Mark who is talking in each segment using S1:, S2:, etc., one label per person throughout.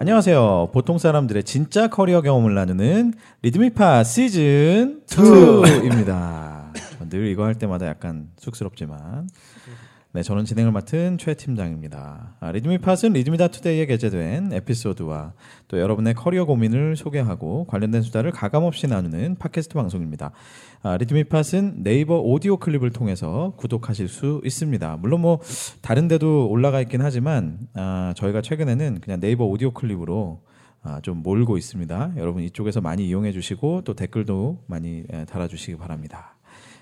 S1: 안녕하세요. 보통 사람들의 진짜 커리어 경험을 나누는 리드미파 시즌 2입니다. 늘 이거 할 때마다 약간 쑥스럽지만 네, 저는 진행을 맡은 최 팀장입니다. 아, 리드미팟은 리드미다 투데이에 게재된 에피소드와 또 여러분의 커리어 고민을 소개하고 관련된 수다를 가감없이 나누는 팟캐스트 방송입니다. 아, 리드미팟은 네이버 오디오 클립을 통해서 구독하실 수 있습니다. 물론 뭐 다른 데도 올라가 있긴 하지만 아, 저희가 최근에는 그냥 네이버 오디오 클립으로 아, 좀 몰고 있습니다. 여러분 이쪽에서 많이 이용해 주시고 또 댓글도 많이 에, 달아주시기 바랍니다.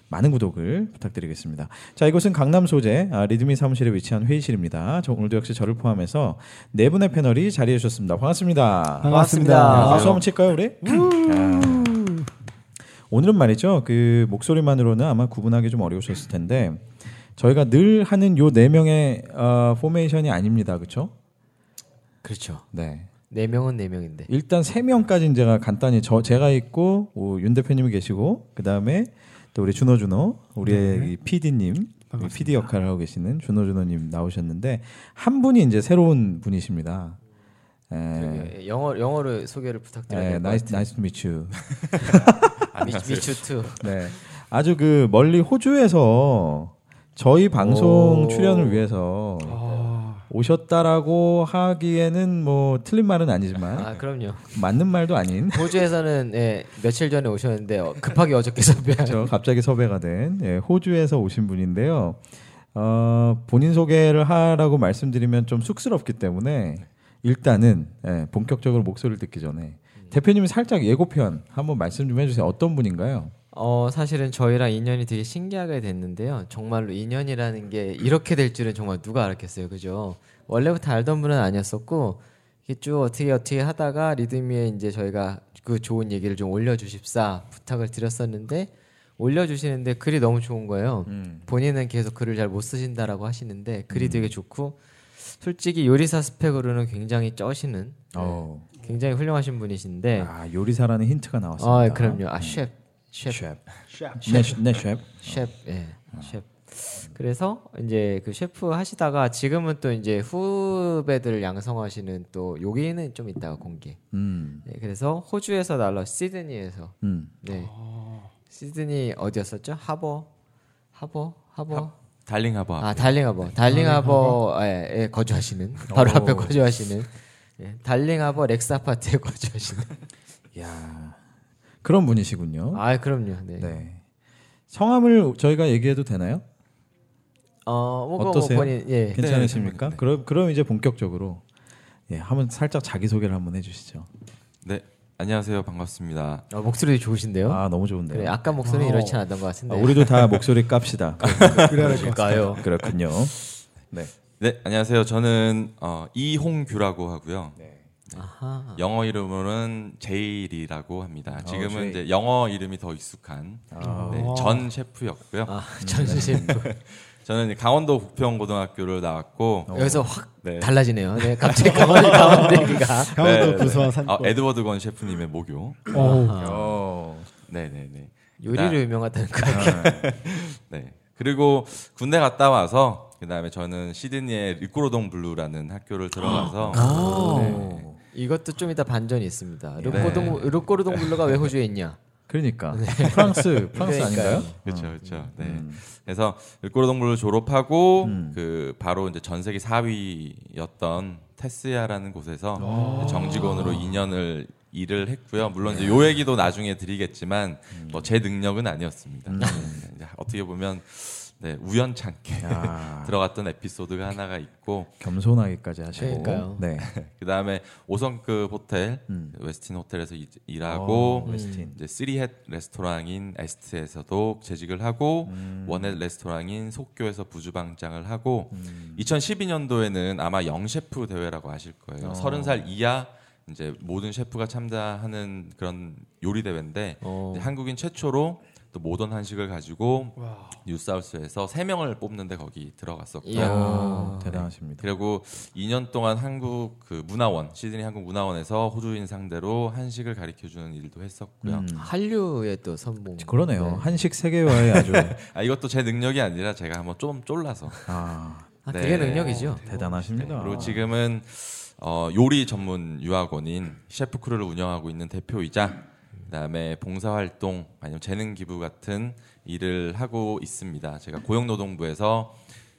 S1: 많은 구독을 부탁드리겠습니다. 자, 이곳은 강남 소재 아, 리드미 사무실에 위치한 회의실입니다. 저, 오늘도 역시 저를 포함해서 네 분의 패널이 자리해 주셨습니다. 반갑습니다.
S2: 반갑습니다. 음.
S1: 박수 한번 칠까요, 우리? 아. 오늘은 말이죠. 그 목소리만으로는 아마 구분하기 좀 어려우셨을 텐데 저희가 늘 하는 요 네 명의 어, 포메이션이 아닙니다. 그렇죠?
S2: 그렇죠.
S1: 네.
S2: 네 명은 네 명인데.
S1: 일단 세 명까지는 제가 간단히 저 제가 있고 오, 윤 대표님이 계시고 그 다음에 또 우리 준호 준호 우리의
S2: 네.
S1: 이 PD님 PD 역할을 하고 계시는 준호 준호님 나오셨는데 한 분이 이제 새로운 분이십니다.
S2: 네.
S1: 에,
S2: 저기 예, 영어 영어로 소개를 부탁드려요.
S1: 에, 나이스 나이스 미츄.
S2: 아, 미추투.
S1: 네. 아주 그 멀리 호주에서 저희 방송 출연을 위해서
S2: 아.
S1: 아. 오셨다라고 하기에는 뭐 틀린 말은 아니지만
S2: 아 그럼요.
S1: 맞는 말도 아닌
S2: 호주에서는 예, 며칠 전에 오셨는데 어, 급하게 어저께 섭외한.
S1: 저 네, 갑자기 섭외가 된 예, 호주에서 오신 분인데요. 어, 본인 소개를 하라고 말씀드리면 좀 쑥스럽기 때문에 일단은 예, 본격적으로 목소리를 듣기 전에
S2: 음.
S1: 대표님이 살짝 예고편 한번 말씀 좀 해주세요. 어떤 분인가요?
S2: 어 사실은 저희랑 인연이 되게 신기하게 됐는데요. 정말로 인연이라는 게 이렇게 될 줄은 정말 누가 알았겠어요, 그죠? 원래부터 알던 분은 아니었었고 이게 쭉 어떻게 어떻게 하다가 리드미에 이제 저희가 그 좋은 얘기를 좀 올려주십사 부탁을 드렸었는데 올려주시는데 글이 너무 좋은 거예요.
S1: 음.
S2: 본인은 계속 글을 잘 못 쓰신다라고 하시는데 글이 되게 좋고 솔직히 요리사 스펙으로는 굉장히 쩌시는
S1: 어.
S2: 굉장히 훌륭하신 분이신데
S1: 아 요리사라는 힌트가 나왔습니다.
S2: 네.
S1: 음.
S2: 아 그럼요 아 셰프 셰프
S1: 셰프. 네, 셰프. 네, 셰프.
S2: 셰프 예 셰프 그래서 이제 그 셰프 하시다가 지금은 또 이제 후배들을 양성하시는 또 여기는 좀 있다가 공개
S1: 음,
S2: 네, 그래서 호주에서 날라 시드니에서
S1: 음.
S2: 네 시드니 어디였었죠 하버 하버 하버
S1: 뭐
S3: 달링하버
S2: 아 달링하버 달링하버 예, 예, 거주하시는 바로 앞에 거주하시는 예, 달링하버 렉스 아파트에 거주하시는
S1: 야 그런 분이시군요.
S2: 아 그럼요 네.
S1: 어? 네. 성함을 저희가 얘기해도 되나요?
S2: 어, 뭐, 그거 뭐
S1: 어떠세요? 네.
S2: 본인, 예.
S1: 괜찮으십니까? 그럼 그럼 이제 본격적으로 예, 한번 살짝 자기 소개를 한번 해주시죠.
S3: 네 안녕하세요 반갑습니다
S2: 어, 목소리 좋으신데요.
S1: 아 너무 좋은데요.
S2: 그래, 아까 목소리 는 이렇지 않았던 것 같은데.
S1: 아, 우리도 다 목소리 값이다.
S2: 그래야 될까요?
S1: 그렇군요. 네.
S3: 네 안녕하세요 저는 어, 이홍규라고 하고요
S4: 네.
S2: 아하.
S3: 영어 이름으로는 제일이라고
S4: 아,
S3: 합니다 지금은
S1: 제일.
S3: 이제 영어 이름이 더 익숙한 네, 전 셰프였고요
S2: 아,
S1: 네.
S2: 전수신
S3: 저는 이제 강원도 부평고등학교를 나왔고
S1: 어.
S4: 어,
S2: 여기서 확
S3: 네.
S2: 달라지네요. 네, 갑자기 강원도 강원 얘기가.
S4: 강원도 구수한
S3: 아,
S4: 산골. 음.
S3: 에드워드 건 셰프님의 모교
S2: 아.
S4: 어우,
S3: 네네네
S2: 요리로 유명하다는 거.
S3: 네. 그리고 군대 갔다 와서 그다음에 저는 시드니의 리꾸로동 블루라는 학교를 들어가서
S4: 아.
S3: 네.
S2: 이것도 좀 이따 반전이
S1: 네.
S2: 있습니다. 르꼬동 르꼬르동 블루가 왜 호주에 있냐?
S1: 그러니까 프랑스 프랑스
S2: 네. 그러니까요.
S1: 아닌가요?
S3: 그렇죠, 그렇죠. 네. 그래서 일꼬로동부를 졸업하고 그 바로 이제 전 세계 4위였던 테스야라는 곳에서 정직원으로 2년을 일을 했고요. 물론 이제 요 얘기도 나중에 드리겠지만 뭐 제 능력은 아니었습니다. 네. 이제 어떻게 보면 네, 우연찮게
S1: 아,
S3: 들어갔던 에피소드가 하나가 있고
S1: 겸손하기까지 하시고.
S2: 그러니까요.
S1: 네.
S3: 그다음에 5성급 호텔 웨스틴 호텔에서 이-
S1: 어,
S2: 음.
S3: 일하고
S1: 웨스틴.
S3: 이제 쓰리햇 레스토랑인 에스트에서도 재직을 하고
S2: 음.
S3: 원햇 레스토랑인 속교에서 부주방장을 하고
S2: 음.
S3: 2012년도에는 아마 영셰프 대회라고 아실
S2: 어.
S3: 거예요. 30살 이하 이제 모든 셰프가 참가하는 그런 요리 대회인데
S2: 어.
S1: 네.
S3: 이제 한국인 최초로 또 모던 한식을 가지고 뉴사우스에서 3명을 뽑는데 거기 들어갔었고
S2: 이야.
S1: 오, 대단하십니다.
S3: 그리고 2년 동안 한국 그 문화원 시드니 한국 문화원에서 호주인 상대로 한식을 가르쳐 주는 일도 했었고요.
S2: 한류의 또 선봉.
S1: 음. 그러네요.
S2: 네.
S1: 한식 세계화의 아주
S3: 아 이것도 제 능력이 아니라 제가 한번 좀 쫄라서.
S1: 아,
S2: 아,
S3: 네.
S2: 그게 능력이죠.
S1: 대단하십니다.
S3: 그리고 지금은 어, 요리 전문 유학원인 셰프 크루를 운영하고 있는 대표이자 그다음에 봉사활동 아니면 재능 기부 같은 일을 하고 있습니다. 제가 고용노동부에서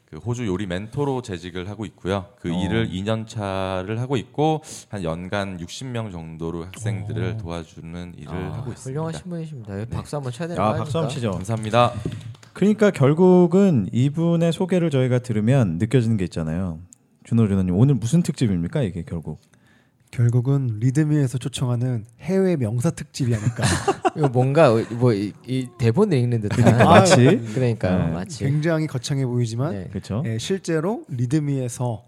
S3: 그 호주 요리 멘토로 재직을 하고 있고요. 그
S1: 어.
S3: 일을 2년 차를 하고 있고 한 연간 60명 정도로 학생들을 도와주는 일을 하고 있습니다.
S2: 아, 훌륭하신 분이십니다. 여기 박수 한번 쳐야 되는 거
S1: 네. 야,
S2: 아닙니까?
S1: 박수 한번 치죠.
S3: 감사합니다.
S1: 그러니까 결국은 이분의 소개를 저희가 들으면 느껴지는 게 있잖아요. 준호 준호님 오늘 무슨 특집입니까 이게 결국?
S4: 결국은 리드미에서 초청하는 해외 명사 특집이 아닐까.
S2: 이거 뭔가 어, 뭐이 이 대본을 읽는 듯한
S1: 그러니까
S2: 아,
S1: 마치.
S2: 그러니까요
S1: 네.
S2: 마치
S4: 굉장히 거창해 보이지만
S2: 아, 네.
S1: 그렇죠.
S4: 예, 실제로 리드미에서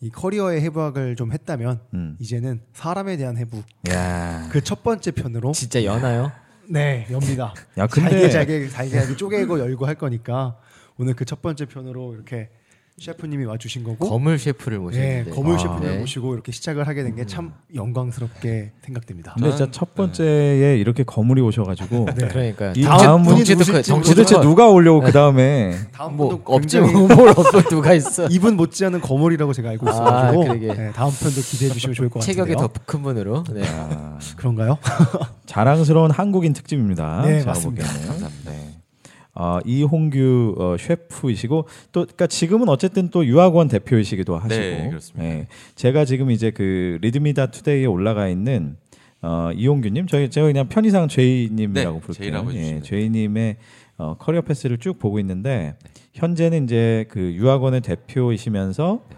S4: 이 커리어의 해부학을 좀 했다면
S1: 음.
S4: 이제는 사람에 대한 해부
S2: 아.
S1: 야,
S4: 그 첫 번째 편으로
S2: 네. 진짜 연하요.
S4: 네 엽니다.
S1: 야
S4: 잘게
S1: 근데
S4: 잘게 잘게 잘게 쪼개고 열고 할 거니까 오늘 그 첫 번째 편으로 이렇게 셰프님이 와주신 거고
S2: 거물 셰프를 모셨는데
S4: 예, 어? 거물
S1: 아.
S4: 셰프를
S2: 네. 음.
S4: 모시고 이렇게 시작을 하게 된 게 참 영광스럽게 생각됩니다.
S2: 뭐
S1: 근데 진짜 첫 번째에 이렇게 거물이 오셔가지고
S2: 그러니까
S1: 네. 이
S4: 다음
S1: 다음 분이
S4: 분이
S2: 덩치도 커요.
S4: 누구실지
S2: 덩치도
S1: 도대체
S2: 커.
S1: 누가 오려고
S2: 네.
S1: 그 다음에
S4: 다음
S2: 뭐
S4: 분도
S2: 없지
S4: 굉장히
S2: 뭘 없어 누가 있어.
S4: 이분 못지않은 거물이라고 제가 알고
S2: 아,
S4: 있어가지고
S2: 그러게.
S4: 네, 다음 편도 기대해 주시면 좋을 것 같아요.
S2: 체격이 더 큰 분으로. 네.
S1: 아,
S4: 그런가요?
S1: 자랑스러운 한국인 특집입니다.
S4: 네,
S1: 제가
S4: 맞습니다.
S1: 보기에는. 네. 어, 이홍규 어, 셰프이시고 또 그러니까 지금은 어쨌든 또 유학원 대표이시기도 하시고
S3: 네, 그렇습니다.
S1: 예. 제가 지금 이제 그 리드미다 투데이에 올라가 있는 어, 이홍규님 저희 제가 그냥 편의상 죄이님이라고
S3: 네,
S1: 부를게요.
S3: 제이라고 해주시면 돼요.
S1: 죄이님의 어, 커리어 패스를 쭉 보고 있는데
S3: 네.
S1: 현재는 이제 그 유학원의 대표이시면서
S3: 네.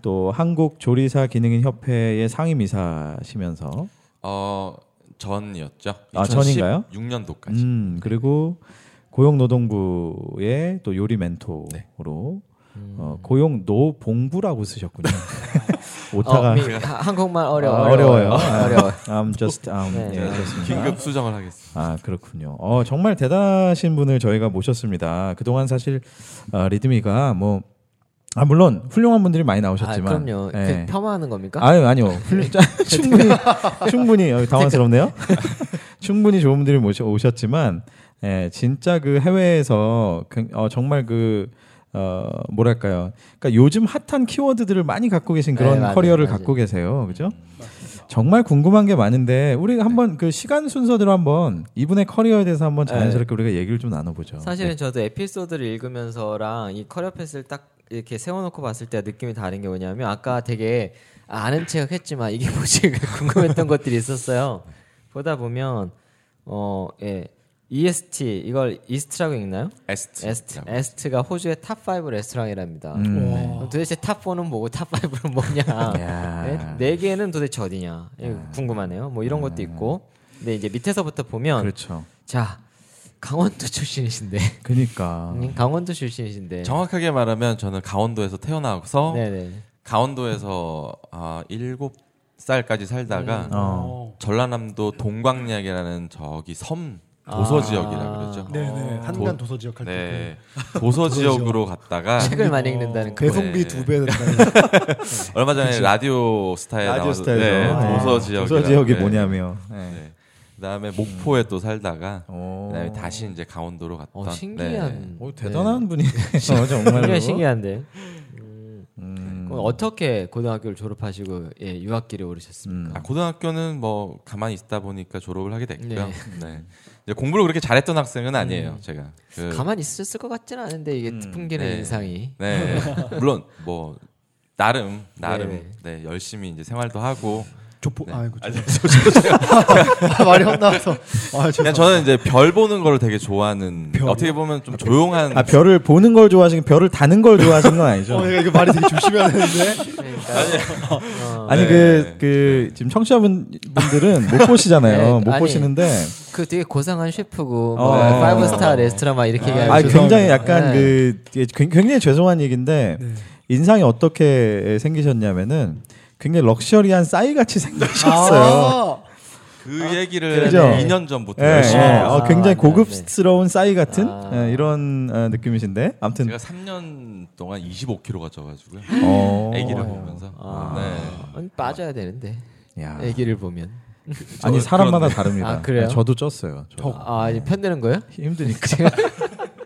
S1: 또 한국 조리사 기능인 협회의 상임이사시면서
S3: 어 전이었죠.
S1: 아, 전인가요?
S3: 6년도까지.
S1: 음, 그리고 고용노동부의 또 요리 멘토로
S2: 네. 음.
S1: 어, 고용노봉부라고 쓰셨군요. 오타가
S2: 어, 미- 하- 한국말 어려워.
S1: 아, 어려워요.
S2: 아, 어려워.
S1: I'm just um,
S2: 네.
S1: 예, 그렇습니다.
S3: 긴급 수정을 하겠습니다.
S1: 아 그렇군요. 어, 정말 대단하신 분을 저희가 모셨습니다. 그동안 사실 어, 리드미가 뭐 아, 물론 훌륭한 분들이 많이 나오셨지만
S2: 아, 그럼요.
S1: 예.
S2: 그 폄하하는 겁니까? 네.
S1: 아유 아니요 훌륭- 충분히 충분히 어, 당황스럽네요 충분히 좋은 분들이 모셔 오셨지만 예, 진짜 그 해외에서 그- 어, 정말 그 어, 뭐랄까요 그러니까 요즘 핫한 키워드들을 많이 갖고 계신 그런
S2: 네, 맞아요,
S1: 커리어를
S2: 맞아요. 음,
S1: 갖고 계세요 그죠 정말 궁금한 게 많은데
S2: 네.
S1: 우리 한번 그 시간 순서대로 한번 이분의 커리어에 대해서 한번
S2: 네.
S1: 자연스럽게 우리가 얘기를 좀 나눠보죠 네.
S2: 사실은 저도 에피소드를 읽으면서랑 이 커리어 패스를 딱 이렇게 세워놓고 봤을 때 느낌이 다른 게 뭐냐면 아까 되게 아는 척 했지만 이게 뭐지 궁금했던 것들이 있었어요. 보다 보면 어, 예. EST 이걸 이스트라고 읽나요?
S3: 에스트.
S2: 에스트. 에스트가 호주의 탑5 레스토랑이랍니다.
S1: 음, 네.
S4: 와.
S2: 도대체 탑4는 뭐고 탑5는
S1: 야.
S2: 뭐냐? 네? 네 개는 도대체 어디냐? 예, 궁금하네요. 뭐 이런 것도 있고. 근데 이제 밑에서부터 보면
S1: 음. 그렇죠
S2: 자 강원도 출신이신데
S1: 그니까
S2: 음, 강원도 출신이신데
S3: 정확하게 말하면 저는 강원도에서 태어나서
S2: 네. 네네
S3: 강원도에서 아, 7살까지 살다가
S1: 어.
S3: 전라남도 동광리역이라는 저기 섬
S2: 아.
S3: 도서 지역이라 그러죠.
S4: 네네 한간 도서 지역 할때
S3: 네. 도서 지역으로 갔다가
S2: 책을
S1: 어,
S2: 많이 읽는다는 거
S4: 배송비
S3: 네.
S4: 두 배 된다.
S3: 얼마 전에 라디오 스타에
S1: 라디오
S3: 나와서
S1: 스타에서
S3: 네,
S1: 아.
S3: 도서 네. 지역
S1: 도서 지역이 뭐냐며 네.
S3: 네. 그다음에 목포에 또 살다가
S1: 오.
S3: 그다음에 다시 이제 강원도로 갔던 네.
S2: 어, 신기한
S1: 오, 네. 대단한
S3: 어,
S1: 분이네요 정말로
S2: 굉장히 신기한데 음, 그럼 어떻게 고등학교를 졸업하시고 예, 유학길에
S1: 음.
S2: 오르셨습니까?
S3: 아, 고등학교는 뭐 가만히 있다 보니까 졸업을 하게 됐고요.
S2: 네.
S3: 네. 이제 공부를 그렇게 잘했던 학생은 아니에요, 제가.
S1: 네.
S3: 그,
S2: 가만히 있었을 것 같지는 않은데
S1: 음.
S2: 이게 풍기는
S3: 네.
S2: 인상이
S3: 네. 물론 뭐 나름 나름
S2: 네.
S3: 네, 열심히 이제 생활도 하고
S4: 조포
S3: 네.
S4: 아이고
S3: 아,
S4: 죄송-
S3: 죄송해요.
S4: 아, 말이 헛나와서 아
S3: 그냥
S4: 죄송
S3: 저는 이제 별 보는 걸 되게 좋아하는
S4: 별이요?
S3: 어떻게 보면 좀 조용한
S1: 아 별을 보는 걸 좋아하시는 별을 다는 걸 좋아하시는 건 아니죠?
S4: 어
S3: 네.
S4: 내가 이거 말이 되게 조심해야 되는데
S1: 아니 그 그
S3: 네.
S1: 지금 청취자분 분들은 못 보시잖아요.
S2: 네,
S1: 못
S2: 아니.
S1: 보시는데
S2: 그 되게 고상한 셰프고 뭐
S1: 어.
S2: 파이브 스타 레스토랑 막 이렇게 얘기하고
S1: 아 굉장히
S4: 죄송합니다.
S1: 약간
S2: 네.
S1: 그 예, 굉- 굉장히 죄송한 얘기인데
S4: 네.
S1: 인상이 어떻게 생기셨냐면은 굉장히 럭셔리한 싸이 같이 생기셨어요.
S4: 아,
S3: 그 얘기를
S1: 그죠?
S3: 2년 전부터
S1: 예,
S3: 열심히
S1: 예.
S3: 하고
S1: 어,
S2: 아,
S1: 굉장히
S2: 맞네,
S1: 고급스러운 싸이 같은
S2: 아.
S1: 예, 이런 어, 느낌이신데 아무튼
S3: 제가 3년 동안 25kg가 쪄가지고요.
S1: 어.
S3: 아기를 보면서
S2: 아,
S3: 네.
S2: 아니, 빠져야 되는데
S1: 야.
S2: 아기를 보면
S1: 아니
S3: 저-
S1: 사람마다
S3: 그렇네.
S1: 다릅니다.
S2: 아, 그래요?
S1: 저도 쪘어요. 저도.
S2: 아 이제 편드는 거예요?
S1: 힘드니까.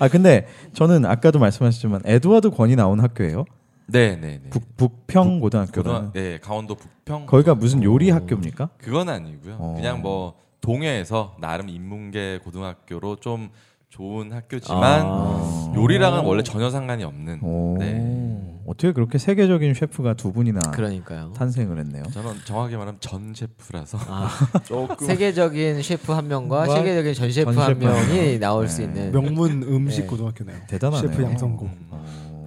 S1: 아 근데 저는 아까도 말씀하셨지만 에드워드 권이 나온 학교예요.
S3: 네, 네, 네.
S1: 북, 북평 고등학교라.
S3: 고등 네, 강원도 북평.
S1: 거기가 무슨 요리 학교입니까?
S3: 그건 아니고요.
S1: 어.
S3: 그냥 뭐 동해에서 나름 인문계 고등학교로 좀 좋은 학교지만
S1: 아.
S3: 요리랑은 원래 전혀 상관이 없는.
S1: 오.
S3: 네.
S1: 어떻게 그렇게 세계적인 셰프가 두 분이나
S2: 그러니까요.
S1: 탄생을 했네요.
S3: 저는 정확히 말하면 전 셰프라서
S2: 아,
S3: 조금
S2: 세계적인 셰프 한 명과
S1: 와,
S2: 세계적인 전 셰프
S1: 전
S2: 한
S1: 셰프 한
S2: 명이 나올 수
S1: 네.
S2: 있는
S4: 명문 음식
S2: 네.
S4: 고등학교네요.
S1: 대단하네요.
S4: 셰프 양성공.
S3: 음.
S1: 어.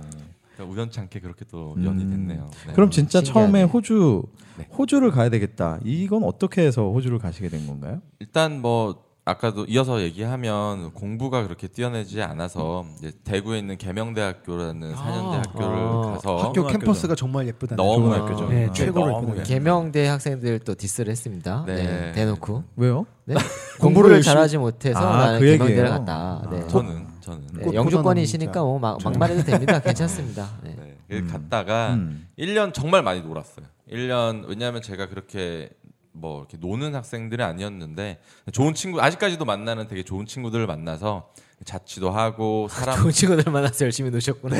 S3: 그러니까 우연찮게 그렇게 또
S1: 음.
S3: 연이 됐네요. 네.
S1: 그럼 진짜
S2: 신기하네.
S1: 처음에 호주
S3: 네.
S1: 호주를 가야 되겠다. 이건 어떻게 해서 호주를 가시게 된 건가요?
S3: 일단 뭐 아까도 이어서 얘기하면 공부가 그렇게 뛰어나지 않아서 이제 대구에 있는 개명대학교라는
S4: 아.
S3: 사 4년제 학교를
S2: 아.
S3: 가서
S4: 학교
S5: 학교죠.
S4: 캠퍼스가 정말 예쁘다.
S3: 어. 너무
S2: 좋은
S3: 학교죠.
S2: 학교죠. 네,
S4: 최고로
S3: 너무
S4: 예쁘네요.
S3: 예뻐요.
S2: 개명대 학생들 또 디스를 했습니다.
S3: 네.
S2: 네. 대놓고
S1: 왜요?
S2: 네? 공부를
S4: 열심히-
S2: 잘하지 못해서
S1: 아,
S2: 나는
S1: 그
S2: 개명대를
S1: 얘기예요?
S2: 갔다. 네.
S3: 저는 저는
S2: 네,
S3: 네.
S4: 꽃보다는
S2: 영주권이시니까
S4: 진짜.
S2: 뭐 막, 막말해도 됩니다. 괜찮습니다. 네.
S3: 그래서 갔다가
S1: 음.
S3: 1년 정말 많이 놀았어요. 1년 왜냐하면 제가 그렇게 뭐 이렇게 노는 학생들이 아니었는데 좋은 친구 아직까지도 만나는 되게 좋은 친구들을 만나서 자취도 하고 사람
S2: 좋은 친구들 만나서 열심히 노셨구나.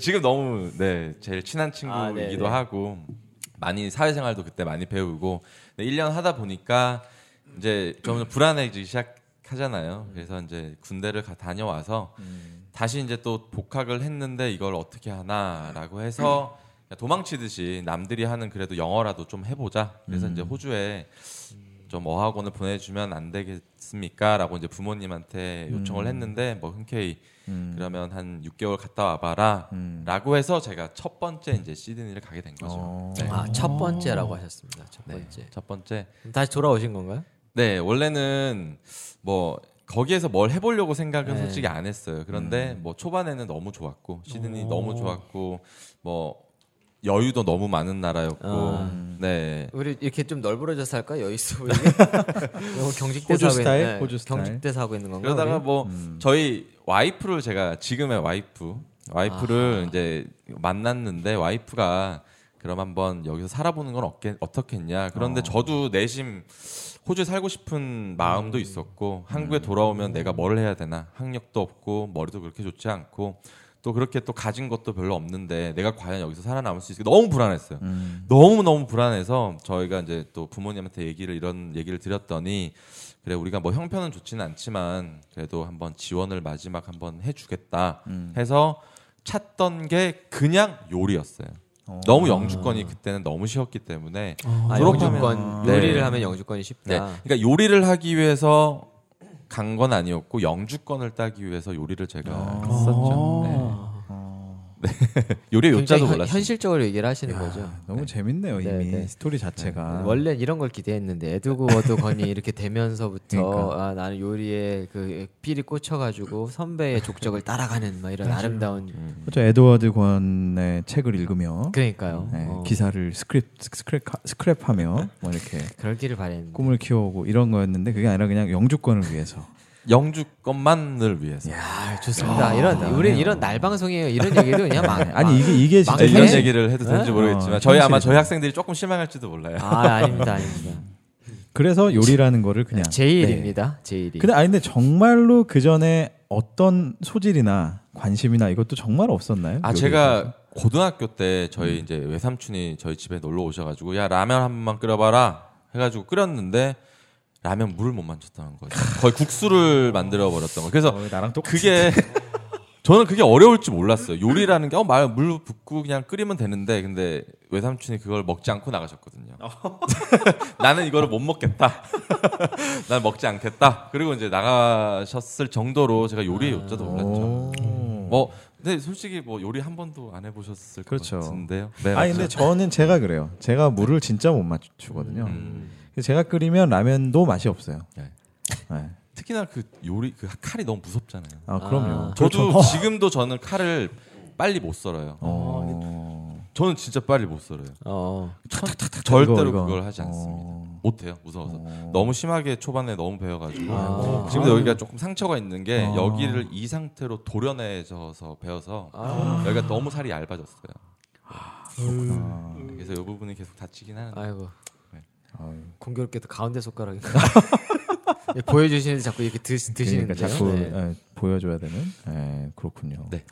S3: 지금 너무 네 제일 친한
S2: 아, 네,
S3: 친구이기도
S2: 네.
S3: 하고 많이 사회생활도 그때 많이 배우고 근데 1년 하다 보니까 이제 점점 불안해지기 시작하잖아요. 그래서 이제 군대를 가- 다녀와서
S2: 음.
S3: 다시 이제 또 복학을 했는데 이걸 어떻게 하나라고 해서
S2: 음.
S3: 그냥 도망치듯이 남들이 하는 그래도 영어라도 좀 해보자. 그래서
S2: 음.
S3: 이제 호주에 좀 어학원을 보내주면 안 되겠습니까?라고 이제 부모님한테
S2: 음.
S3: 요청을 했는데 뭐 흔쾌히 그러면 한 6개월 갔다 와봐라.
S1: 음.
S3: 라고 해서 제가 첫 번째 이제 시드니를 가게 된 거죠.
S1: 어.
S3: 네.
S2: 아, 첫 번째라고 하셨습니다. 첫
S3: 네,
S2: 번째.
S3: 첫 번째.
S2: 다시 돌아오신 건가요?
S3: 네, 원래는 뭐 거기에서 뭘 해보려고 생각은
S2: 네. 음.
S3: 솔직히 안 했어요. 그런데 뭐 초반에는 너무 좋았고 시드니 너무 좋았고 뭐 여유도 너무 많은 나라였고
S2: 아.
S3: 네.
S2: 우리 이렇게 좀 널브러져서 할까? 여기 있어 보이게. 너무 경직돼서
S1: 호주
S2: 하고
S1: 스타일?
S2: 있는, 네.
S1: 호주 스타일?
S2: 경직돼서 하고 있는 건가?
S3: 그러다가
S2: 우리?
S3: 뭐 저희 와이프를 제가 지금의 와이프 와이프를 이제 만났는데 와이프가 그럼 한번 여기서 살아보는 건 어떻겠, 어떻겠냐 그런데 저도 내심 호주에 살고 싶은 마음도 음. 있었고 한국에 돌아오면 내가 뭘 해야 되나 학력도 없고 머리도 그렇게 좋지 않고 또 그렇게 또 가진 것도 별로 없는데 내가 과연 여기서 살아남을 수 있을까 너무 불안했어요
S1: 음.
S3: 너무 너무 불안해서 저희가 이제 또 부모님한테 얘기를 이런 얘기를 드렸더니 그래 우리가 뭐 형편은 좋지는 않지만 그래도 한번 지원을 마지막 한번 해주겠다
S1: 음.
S3: 해서 찾던 게 그냥 요리였어요. 너무 영주권이 그때는 너무 쉬웠기 때문에
S4: 어,
S2: 아,
S3: 졸업하면-
S2: 영주권
S3: 네.
S2: 요리를 하면 영주권이
S3: 네.
S2: 쉽다.
S3: 그러니까 요리를 하기 위해서 간 건 아니었고 영주권을 따기 위해서 요리를 제가
S1: 어,
S2: 아.
S3: 했었죠. 네. 요리
S2: 굉장히
S3: 요자도
S2: 현-
S3: 몰랐어요.
S2: 현실적으로 얘기를 하시는 거죠.
S1: 야, 아. 너무 재밌네요
S2: 네,
S1: 이미
S2: 네.
S1: 스토리 자체가.
S2: 원래 이런 걸 기대했는데 에드워드 건이 이렇게 되면서부터
S1: 그러니까.
S2: 아 나는 요리에 그 필이 꽂혀가지고 선배의 족적을 따라가는 막 이런 아름다운
S1: 그렇죠. 에드워드 권의 책을 읽으며
S2: 그러니까요
S1: 네,
S2: 어,
S1: 기사를 스크랩 스크랩 스크랩하며 뭐 이렇게
S2: 그럴 길을 바랬는데
S1: 꿈을 키워오고 이런 거였는데 그게 아니라 그냥 영주권을 위해서.
S3: 영주권만을 위해서.
S2: 아 좋습니다 이런 우리는 이런 날 방송이에요 이런 얘기도 그냥 막
S1: 네. 아니 이게 이게 진짜
S2: 네,
S3: 이런
S2: 네.
S3: 얘기를 해도 되는지
S1: 네?
S3: 모르겠지만
S1: 어,
S3: 저희 아마
S1: 현실이죠.
S3: 저희 학생들이 조금 실망할지도 몰라요.
S2: 아 아닙니다 아닙니다
S1: 그래서 요리라는 거를 그냥 네.
S2: 네, 제일입니다 제일이
S1: 근데 아 근데 정말로 그 전에 어떤 소질이나 관심이나 이것도 정말 없었나요?
S3: 아
S1: 요리에
S3: 제가 고등학교 때 저희 이제 외삼촌이 저희 집에 놀러 오셔가지고 야 라면 한 번만 끓여봐라 해가지고 끓였는데 라면 물을 못 만졌다는 거죠. 거의 국수를 만들어 버렸던 거.
S1: 대해서?
S3: 그래서
S1: 어, 나랑 똑
S3: 그게 저는 그게 어려울 줄 몰랐어요. 요리라는 게어말물 붓고 그냥 끓이면 되는데 근데 외삼촌이 그걸 먹지 않고 나가셨거든요. 나는 이거를 못 먹겠다. 난 먹지 않겠다. 그리고 이제 나가셨을 정도로 제가 요리의 요자도 몰랐죠. 뭐 근데 솔직히 뭐 요리 한 번도 안 해보셨을
S1: 어. 그렇죠.
S3: 것 같은데요. 네,
S1: 아니
S3: 맞죠?
S1: 근데 저는 제가 그래요. 제가 물을 진짜 못 맞추거든요.
S3: 음,
S1: 그래서 제가 끓이면 라면도 맛이 없어요.
S3: 네.
S1: 네.
S3: 특히나 그 요리 그 칼이 너무 무섭잖아요.
S1: 아 그럼요.
S2: 아.
S3: 저도 지금도 저는 칼을 빨리 못 썰어요.
S1: 어...
S3: 저는 진짜 빨리 못 썰어요.
S2: 어
S3: 절대로
S1: 이거, 이거.
S3: 그걸 하지 않습니다.
S1: 어.
S3: 못해요 무서워서 너무 심하게 초반에 너무 배워가지고
S2: 아.
S3: 지금 도 여기가 조금 상처가 있는 게
S1: 아.
S3: 여기를 이 상태로 도려내져서 배워서
S2: 아.
S3: 여기가 너무 살이 얇아졌어요. 그래서 이 부분이 계속 다치긴 하는데
S2: 아이고
S1: 아유.
S2: 공교롭게도 가운데 손가락이 예, 보여주시는데 자꾸 이렇게 드,
S1: 그러니까
S2: 드시는데
S1: 자꾸
S2: 네.
S1: 예, 보여줘야 되는 예, 그렇군요.
S3: 네.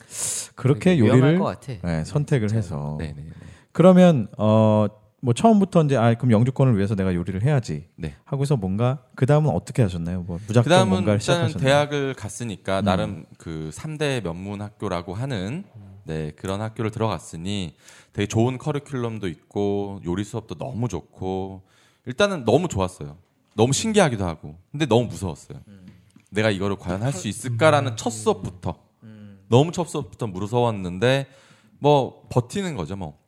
S1: 그렇게
S2: 되게 위험할
S1: 요리를
S2: 것 같아.
S1: 예, 선택을 해서
S3: 네, 네, 네.
S1: 그러면 어 뭐 처음부터 이제 아 그럼 영주권을 위해서 내가 요리를 해야지
S3: 네.
S1: 하고서 뭔가 그 다음은 어떻게 하셨나요? 뭐 무작정
S3: 그다음은
S1: 뭔가를
S3: 일단
S1: 시작하셨나요?
S3: 대학을 갔으니까
S1: 음.
S3: 나름 그 3대 명문 학교라고 하는 네, 그런 학교를 들어갔으니 되게 좋은 커리큘럼도 있고 요리 수업도 너무 좋고 일단은 너무 좋았어요. 너무 신기하기도 하고. 근데 너무 무서웠어요. 내가 이거를 과연 할 수 있을까라는 첫 수업부터 너무 첫 수업부터 무서웠는데 뭐 버티는 거죠, 뭐.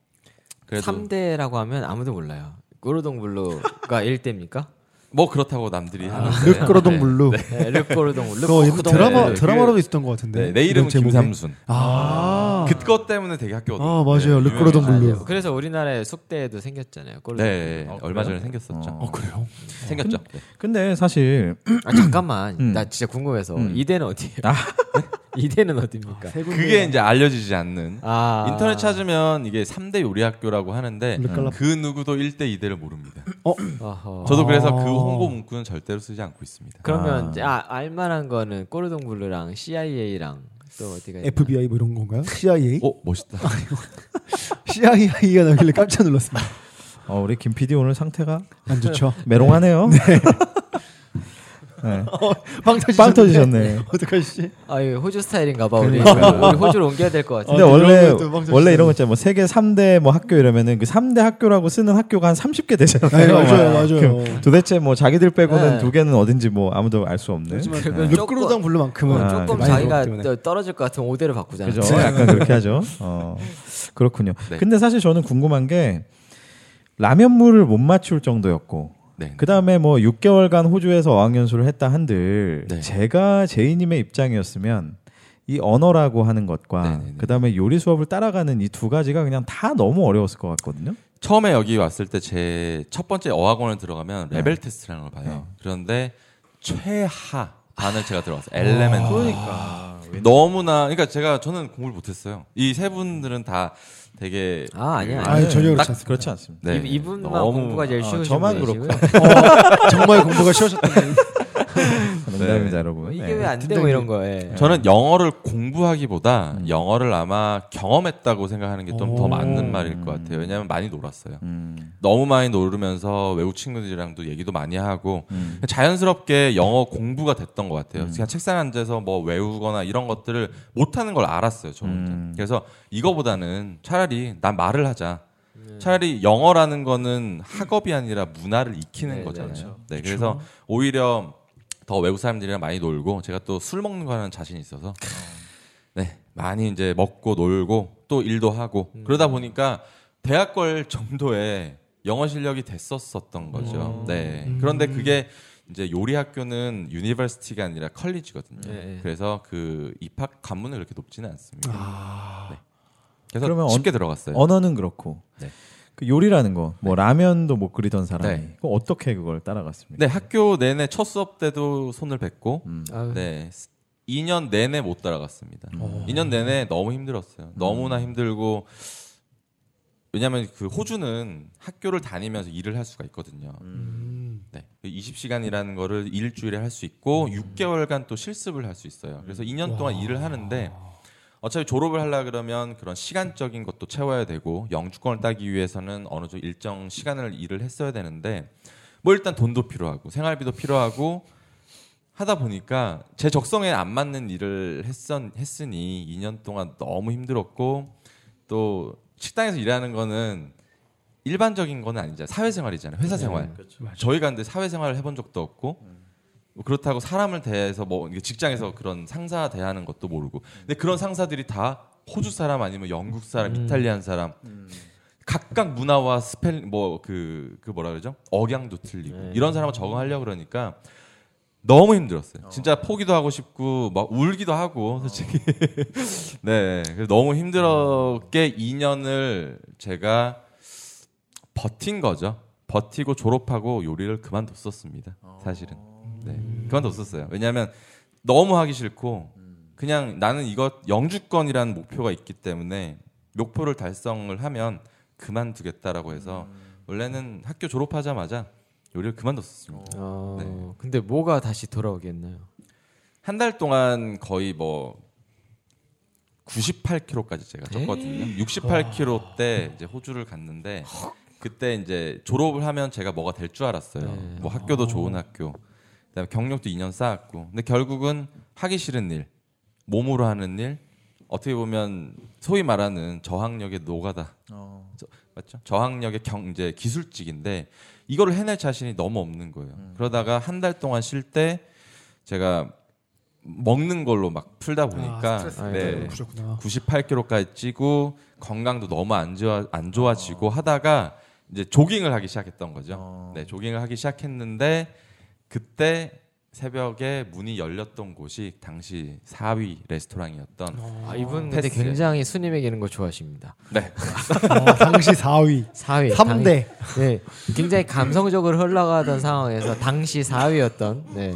S3: 그래도
S2: 3대라고 하면 아무도 몰라요. 꼬르동블루가 1대입니까?
S3: 뭐 그렇다고 남들이 하는데.
S4: 늑그러동 물루.
S2: 네, 르꼬르동
S4: 그거 이거 드라마
S3: 네.
S4: 드라마로도 있었던 것 같은데.
S3: 네, 내 이름은
S4: 제목이.
S3: 김삼순.
S4: 아.
S3: 그것 때문에 되게 학교가 네.
S4: 아, 맞아요. 르꼬르동
S3: 유명해요.
S4: 물루.
S2: 네. 그래서 우리나라에 숙대에도 생겼잖아요. 꼬르동.
S3: 네,
S1: 아,
S3: 얼마
S1: 그래요?
S3: 전에 생겼었죠.
S1: 어. 어,
S3: 그래요? 생겼죠. 네.
S1: 근데 사실
S2: 아, 잠깐만.
S1: 음.
S2: 나 진짜 궁금해서
S1: 음.
S2: 이대는 어디예요? 이대는 어디입니까?
S4: 세 군데.
S3: 그게 이제 알려지지 않는
S2: 아.
S3: 인터넷 찾으면 이게 3대 요리 학교라고 하는데
S4: 르깔라.
S3: 그 누구도 1대 2대를 모릅니다.
S2: 어허.
S3: 저도 그래서 그
S4: 아.
S3: 홍보 문구는 절대로 쓰지 않고 있습니다.
S1: 아.
S2: 그러면 이제 아, 알만한 거는 꼬르동블루랑 CIA랑 또 어디가 있나?
S4: FBI 뭐 이런 건가요? CIA?
S3: 어, 멋있다.
S4: CIA가 나길래 깜짝 놀랐습니다.
S1: 어, 우리 김 PD 오늘 상태가
S4: 안 좋죠.
S1: 메롱하네요. 네.
S4: 빵
S1: 빵
S4: 터지셨네.
S1: 터지셨네.
S4: 어떡하지?
S2: 아, 이거 호주 스타일인가 봐. 우리,
S4: 그러니까.
S2: 우리 호주로 옮겨야 될 것 같아.
S1: 근데
S4: 어,
S1: 원래
S4: 이런 것도 빵
S1: 원래
S4: 터지셨네.
S1: 이런 거 있잖아요. 뭐 세계 3대 뭐 학교 이러면은 그 3대 학교라고 쓰는 학교가 한 30개 되잖아요.
S4: 네,
S1: 막.
S4: 맞아요, 맞아요.
S1: 그 도대체 뭐 자기들 빼고는
S2: 네. 그렇죠.
S1: 두 개는 어딘지 뭐 아무도 알 수 없는.
S2: 그건
S4: 르꼬르동 물루만큼은
S1: 아,
S2: 조금
S1: 많이
S2: 자기가
S4: 때문에.
S2: 또 떨어질 것 같으면 5대를 바꾸잖아요.
S1: 그죠? 약간 그렇게 하죠. 어, 그렇군요.
S3: 네.
S1: 근데 사실 저는 궁금한 게 라면물을 못 맞출 정도였고
S3: 네.
S1: 그 다음에 뭐 6개월간 호주에서 어학연수를 했다 한들
S3: 네.
S1: 제가 제이님의 입장이었으면 이 언어라고 하는 것과
S3: 네네네.
S1: 그 다음에 요리 수업을 따라가는 이 두 가지가 그냥 다 너무 어려웠을 것 같거든요.
S3: 처음에 여기 왔을 때 제 첫 번째 어학원을 들어가면 레벨 테스트라는 걸 봐요. 그런데 최하 반을 제가 들어갔어요.
S4: 아.
S3: 엘레멘트.
S1: 그러니까
S3: 너무나 그러니까 제가 저는 공부를 못 했어요. 이 세 분들은 다 되게
S2: 아, 아니야.
S4: 아니, 전혀 그렇지
S1: 네. 딱 그렇지 않습니다.
S3: 네,
S2: 이, 분만
S3: 너무-
S2: 공부가 제일
S1: 아,
S2: 쉬우신
S1: 저만
S2: 분이시고요.
S4: 정말 공부가 쉬워졌다는
S1: 농담입니다, 여러분.
S2: 이게
S1: 네.
S2: 왜 아- 안 되고 이런 거에
S3: 저는 영어를 공부하기보다 영어를 아마 경험했다고 생각하는 게 좀 더
S4: 오.
S3: 맞는 말일 것 같아요. 왜냐하면 많이 놀았어요.
S1: 음,
S3: 너무 많이 놀으면서 외국 친구들이랑도 얘기도 많이 하고
S1: 음.
S3: 자연스럽게 영어 공부가 됐던 것 같아요.
S2: 음.
S3: 그냥 책상 앉아서 뭐 외우거나 이런 것들을 못하는 걸 알았어요. 저 혼자.
S1: 음.
S3: 그래서 이거보다는 차라리 난 말을 하자. 차라리 영어라는 거는 학업이 아니라 문화를 익히는
S2: 네,
S3: 거잖아요.
S2: 그렇죠.
S3: 네, 그래서 오히려 더 외국 사람들이랑 많이 놀고 제가 또 술 먹는 거는 자신이 있어서 네 많이 이제 먹고 놀고 또 일도 하고
S1: 음.
S3: 그러다 보니까 대학 걸 정도의 영어 실력이 됐었었던
S1: 음.
S3: 거죠. 네. 그런데 그게 이제 요리 학교는 유니버시티가 아니라 컬리지거든요.
S1: 예,
S2: 네.
S3: 그래서 그 입학 관문은 그렇게 높지는 않습니다. 네. 그래서
S1: 아. 그러면
S3: 쉽게 들어갔어요.
S1: 언어는 그렇고
S3: 네.
S1: 그 요리라는 거, 뭐 라면도 못 끓이던 사람이
S3: 네.
S1: 그거 어떻게 그걸 따라갔습니까?
S3: 네, 학교 내내 첫 수업 때도 손을 뱉고
S2: 아유,
S3: 네. 2년 내내 못 따라갔습니다. 2년 내내 너무 힘들었어요. 너무나 힘들고 왜냐하면 그 호주는 학교를 다니면서 일을 할 수가 있거든요.
S4: 음,
S3: 네. 20시간이라는 거를 일주일에 할 수 있고 6개월간 또 실습을 할 수 있어요. 그래서 2년 동안 일을 하는데 어차피 졸업을 하려 그러면 그런 시간적인 것도 채워야 되고 영주권을 따기 위해서는 어느 정도 일정 시간을 일을 했어야 되는데 뭐 일단 돈도 필요하고 생활비도 필요하고 하다 보니까 제 적성에 안 맞는 일을 했선, 했으니 2년 동안 너무 힘들었고 또 식당에서 일하는 거는 일반적인 거는 아니잖아요. 사회생활이잖아요. 회사 생활. 저희가 근데 사회생활을 해본 적도 없고 뭐 그렇다고 사람을 대해서 뭐 이게 직장에서 그런 상사 대하는 것도 모르고 근데 그런 상사들이 다 호주 사람 아니면 영국 사람, 이탈리안 사람
S1: 음.
S3: 각각 문화와 스펠 뭐 그 그 뭐라 그러죠 억양도 틀리고 이런 사람을 적응하려고 그러니까 너무 힘들었어요. 진짜 포기도 하고 싶고 막 울기도 하고 솔직히 네 그래서 너무 힘들었게 2년을 제가 버틴 거죠. 버티고 졸업하고 요리를 그만뒀었습니다. 사실은 네 그만뒀었어요. 왜냐하면 너무 하기 싫고 그냥 나는 이것 영주권이라는 목표가 있기 때문에 목표를 달성을 하면 그만두겠다라고 해서 원래는 학교 졸업하자마자 요리를 그만뒀었습니다.
S2: 어,
S3: 네.
S2: 근데 뭐가 다시 돌아오겠나요?
S3: 한 달 동안 거의 뭐 98kg까지 제가 쪘거든요. 68kg 때 이제 호주를 갔는데 그때 이제 졸업을 하면 제가 뭐가 될 줄 알았어요.
S2: 네.
S3: 뭐 학교도 좋은 학교, 그다음에 경력도 2년 쌓았고, 근데 결국은 하기 싫은 일, 몸으로 하는 일, 어떻게 보면 소위 말하는 저항력의 노가다,
S1: 어.
S3: 저- 맞죠? 저항력의 경제 기술직인데 이거를 해낼 자신이 너무 없는 거예요. 그러다가 한 달 동안 쉴 때 제가 먹는 걸로 막 풀다 보니까
S4: 아, 스트레스
S2: 네.
S4: 때문에 그러셨구나.
S3: 98kg까지 찌고 건강도 너무 안 좋아 안 좋아지고 하다가 이제 조깅을 하기 시작했던 거죠.
S1: 어.
S3: 네, 조깅을 하기 시작했는데 그때 새벽에 문이 열렸던 곳이 당시 4위 레스토랑이었던
S2: 아, 이분
S3: 패스.
S2: 근데 굉장히 스님에게 이런 거 좋아하십니다.
S3: 네.
S4: 어, 당시 4위,
S2: 4위.
S4: 3대.
S2: 네, 굉장히 감성적으로 흘러가던 상황에서 당시 4위였던 네,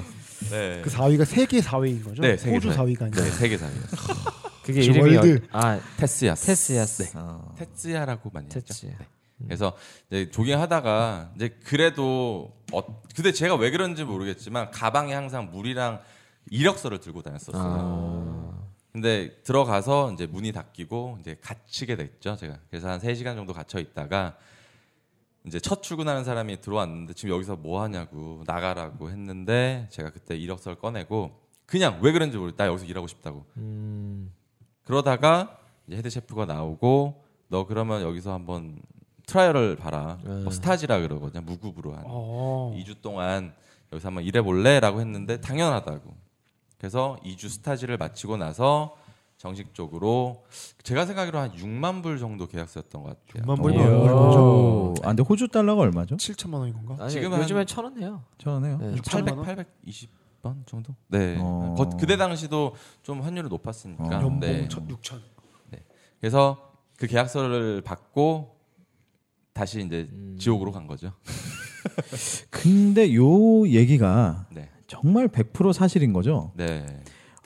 S3: 네.
S4: 그 4위가 세계 4위인 거죠?
S3: 네, 세계
S4: 호주 4위. 가 아니라.
S3: 네, 세계 4위였어요.
S2: 그게
S4: 지
S2: 이름이
S4: 월드.
S2: 어- 아
S3: 네, 테스야. 네.
S2: 테스야스.
S1: 어.
S3: 테츠야라고 많이 했죠.
S2: 테츠. 음.
S3: 그래서 이제 조깅하다가 이제 그래도 어, 근데 제가 왜 그런지 모르겠지만 가방에 항상 물이랑 이력서를 들고
S2: 아.
S3: 다녔었어요. 근데 들어가서 이제 문이 닫히고 이제 갇히게 됐죠, 제가. 그래서 한 3시간 정도 갇혀 있다가 이제 첫 출근하는 사람이 들어왔는데 지금 여기서 뭐 하냐고 나가라고 했는데 제가 그때 이력서를 꺼내고 그냥 왜 그런지 모르겠다. 나 여기서 일하고 싶다고. 그러다가 이제 헤드 셰프가 나오고 너 그러면 여기서 한번 트라이얼을 봐라. 뭐 스타지라 그러거든요. 무급으로 한
S4: 어.
S3: 2주 동안 여기서 한번 일해볼래라고 했는데 당연하다고. 그래서 2주 스타지를 마치고 나서 정식적으로 제가 생각으로 한 6만 불 정도 계약서였던 것 같아요.
S4: 6만
S1: 오.
S4: 불이면 얼마죠?
S1: 아, 근데 호주 달러가 얼마죠?
S4: 7천만 원인 건가?
S2: 아니,
S3: 지금
S2: 지금
S3: 한-
S2: 요즘에 천 원해요.
S1: 천원에요.
S2: 네.
S3: 800,
S4: 6천만 원?
S3: 820번 정도? 네.
S1: 어.
S3: 거- 그때 당시도 좀 환율이 높았으니까.
S1: 어.
S4: 연봉
S3: 네.
S4: 6천.
S3: 그래서 그 계약서를 받고 다시 이제
S1: 음.
S3: 지옥으로 간 거죠.
S1: 근데 요 얘기가
S3: 네.
S1: 정말 100% 사실인 거죠.
S3: 네.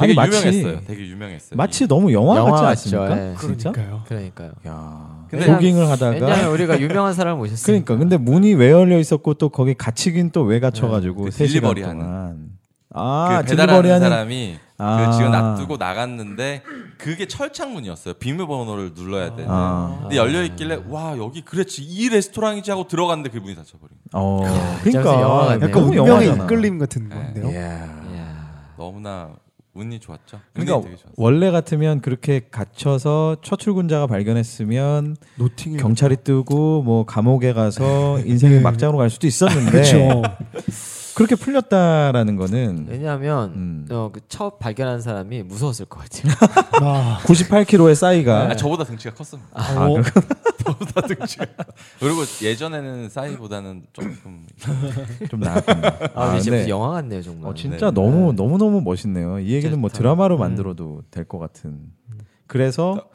S1: 아니,
S3: 되게
S1: 마치-
S3: 유명했어요. 되게 유명했어요.
S1: 마치 너무 영화,
S2: 영화
S1: 같지
S2: 같죠,
S1: 않습니까?
S4: 아,
S2: 예.
S1: 진짜?
S4: 그러니까요.
S2: 그러니까요.
S1: 야.
S2: 근데-
S1: 조깅을 하다가
S2: 왜냐하면 우리가 유명한 사람 모셨어요.
S1: 그러니까 근데 문이 왜 열려 있었고 또 거기 갇히긴 또 왜 갇혀 가지고
S3: 그
S1: 세 3시간
S3: 딜리버리 하는.
S1: 동안.
S3: 그
S1: 아, 딜리버리
S3: 배달하는
S1: 하는
S3: 사람이
S1: 아.
S3: 그 지금 놔두고 나갔는데 그게 철창문이었어요. 비밀번호를 눌러야 되는.
S1: 아.
S3: 근데 열려 있길래 와 여기 그랬지 이 레스토랑이지 하고 들어갔는데 그 문이 닫혀버린.
S1: 어.
S2: 진짜 무슨 영화
S1: 그러니까
S2: 같네요.
S4: 약간
S1: 너무
S4: 운명의
S1: 영화잖아.
S4: 이끌림 같은 건데요.
S1: 이야.
S2: 이야.
S3: 거예요. 너무나 운이 좋았죠. 운이
S1: 그러니까
S3: 되게 좋았어요.
S1: 원래 같으면 그렇게 갇혀서 첫 출근자가 발견했으면
S3: 음.
S4: 노팅힐.
S1: 경찰이 뜨고 뭐 감옥에 가서 인생의 막장으로 갈 수도 있었는데
S4: 그렇죠.
S1: 그렇게 풀렸다라는 거는
S2: 왜냐하면
S1: 음.
S2: 어, 그첫 발견한 사람이 무서웠을 것 같아요.
S4: 아,
S1: 98kg의 싸이가
S3: 아, 저보다 등치가 컸습니다.
S4: 어,
S3: 저보다 등치가. 그리고 예전에는 싸이보다는 음, 조금
S1: 좀 나았군요.
S2: 아, 이제
S1: 근데
S2: 무슨 영화 같네요 정말.
S1: 네. 어, 진짜
S3: 네.
S1: 너무 너무 너무 멋있네요. 이 얘기는 뭐
S2: 진짜.
S1: 드라마로 만들어도 될 것 같은. 그래서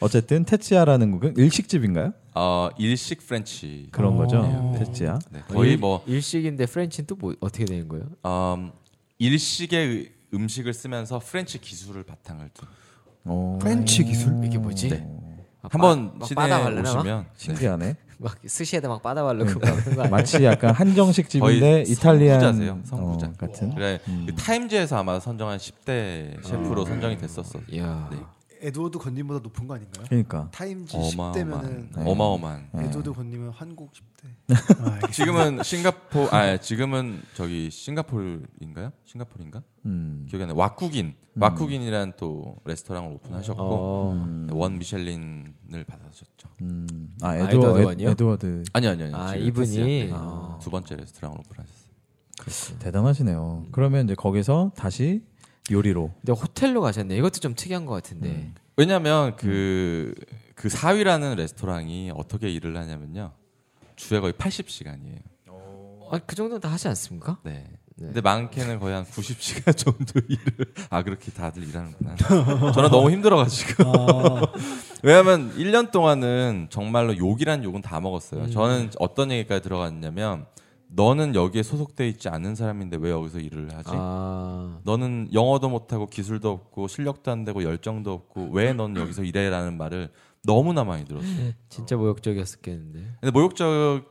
S1: 어쨌든 테치아라는 곡은 일식집인가요?
S3: 어, 일식 프렌치
S1: 그런 거죠.
S4: 어.
S1: 테치아.
S3: 네, 거의
S2: 일-
S3: 뭐
S2: 일식인데 프렌치는 또 뭐, 어떻게 되는 거예요?
S3: 음, 일식의 의- 음식을 쓰면서 프렌치 기술을 바탕을 둔.
S1: 어.
S4: 프렌치 기술?
S2: 이게 뭐지? 아,
S3: 네. 한번
S2: 빠- 막
S3: 시대에
S2: 빠다발르나?
S3: 오시면 네.
S1: 신기하네.
S2: 막 스시에다 막 빠다발르고 그런 거 아니야?
S1: 마치 약간 한정식 집인데
S3: 거의
S1: 이탈리안
S3: 성부자세요, 성부자.
S1: 어, 같은.
S3: 그래 그 타임즈에서 아마 선정한 10대 셰프로 선정이 음. 됐었어.
S2: 이야.
S3: 네.
S4: 에드워드 건님보다 높은 거 아닌가요?
S1: 그러니까
S4: 타임지 10대면은
S3: 어마어마한 네. 어마어마한.
S4: 에드워드 건님은 한국 10대. 아, 알겠습니다.
S3: 지금은 싱가포 아 지금은 저기 싱가포르인가요? 싱가포르인가?
S1: 음.
S3: 기억이 안 나. 왁국인 왁국인이라는 또 레스토랑을
S2: 어.
S3: 오픈하셨고 원 미슐린을 받으셨죠.
S1: 음. 아,
S2: 에드워드
S1: 에드워드
S2: 원이요?
S1: 에드워드
S3: 아니 아니 아니.
S2: 아
S3: 네. 지금
S2: 이분이
S3: 테스야. 음.
S2: 어.
S3: 두 번째 레스토랑을 오픈하셨어요.
S1: 대단하시네요. 그러면 이제 거기서 다시 요리로.
S2: 근데 호텔로 가셨네. 이것도 좀 특이한 것 같은데.
S3: 왜냐하면 그그 사위라는 레스토랑이 어떻게 일을 하냐면요 주에 거의 80시간이에요. 음.
S2: 아, 그 정도는 다 하지 않습니까?
S3: 네.
S2: 네.
S3: 근데 많게는 거의 한 90시간 정도 일을 아 그렇게 다들 일하는구나. 저는 너무 힘들어가지고
S2: 아.
S3: 왜냐하면 1년 동안은 정말로 욕이란 욕은 다 먹었어요.
S2: 음.
S3: 저는 어떤 얘기까지 들어갔냐면 너는 여기에 소속돼 있지 않은 사람인데 왜 여기서 일을 하지?
S2: 아,
S3: 너는 영어도 못하고 기술도 없고 실력도 안 되고 열정도 없고 왜 넌 여기서 일해라는 말을 너무나 많이
S2: 음.
S3: 들었어요.
S2: 진짜 모욕적이었겠는데.
S3: 근데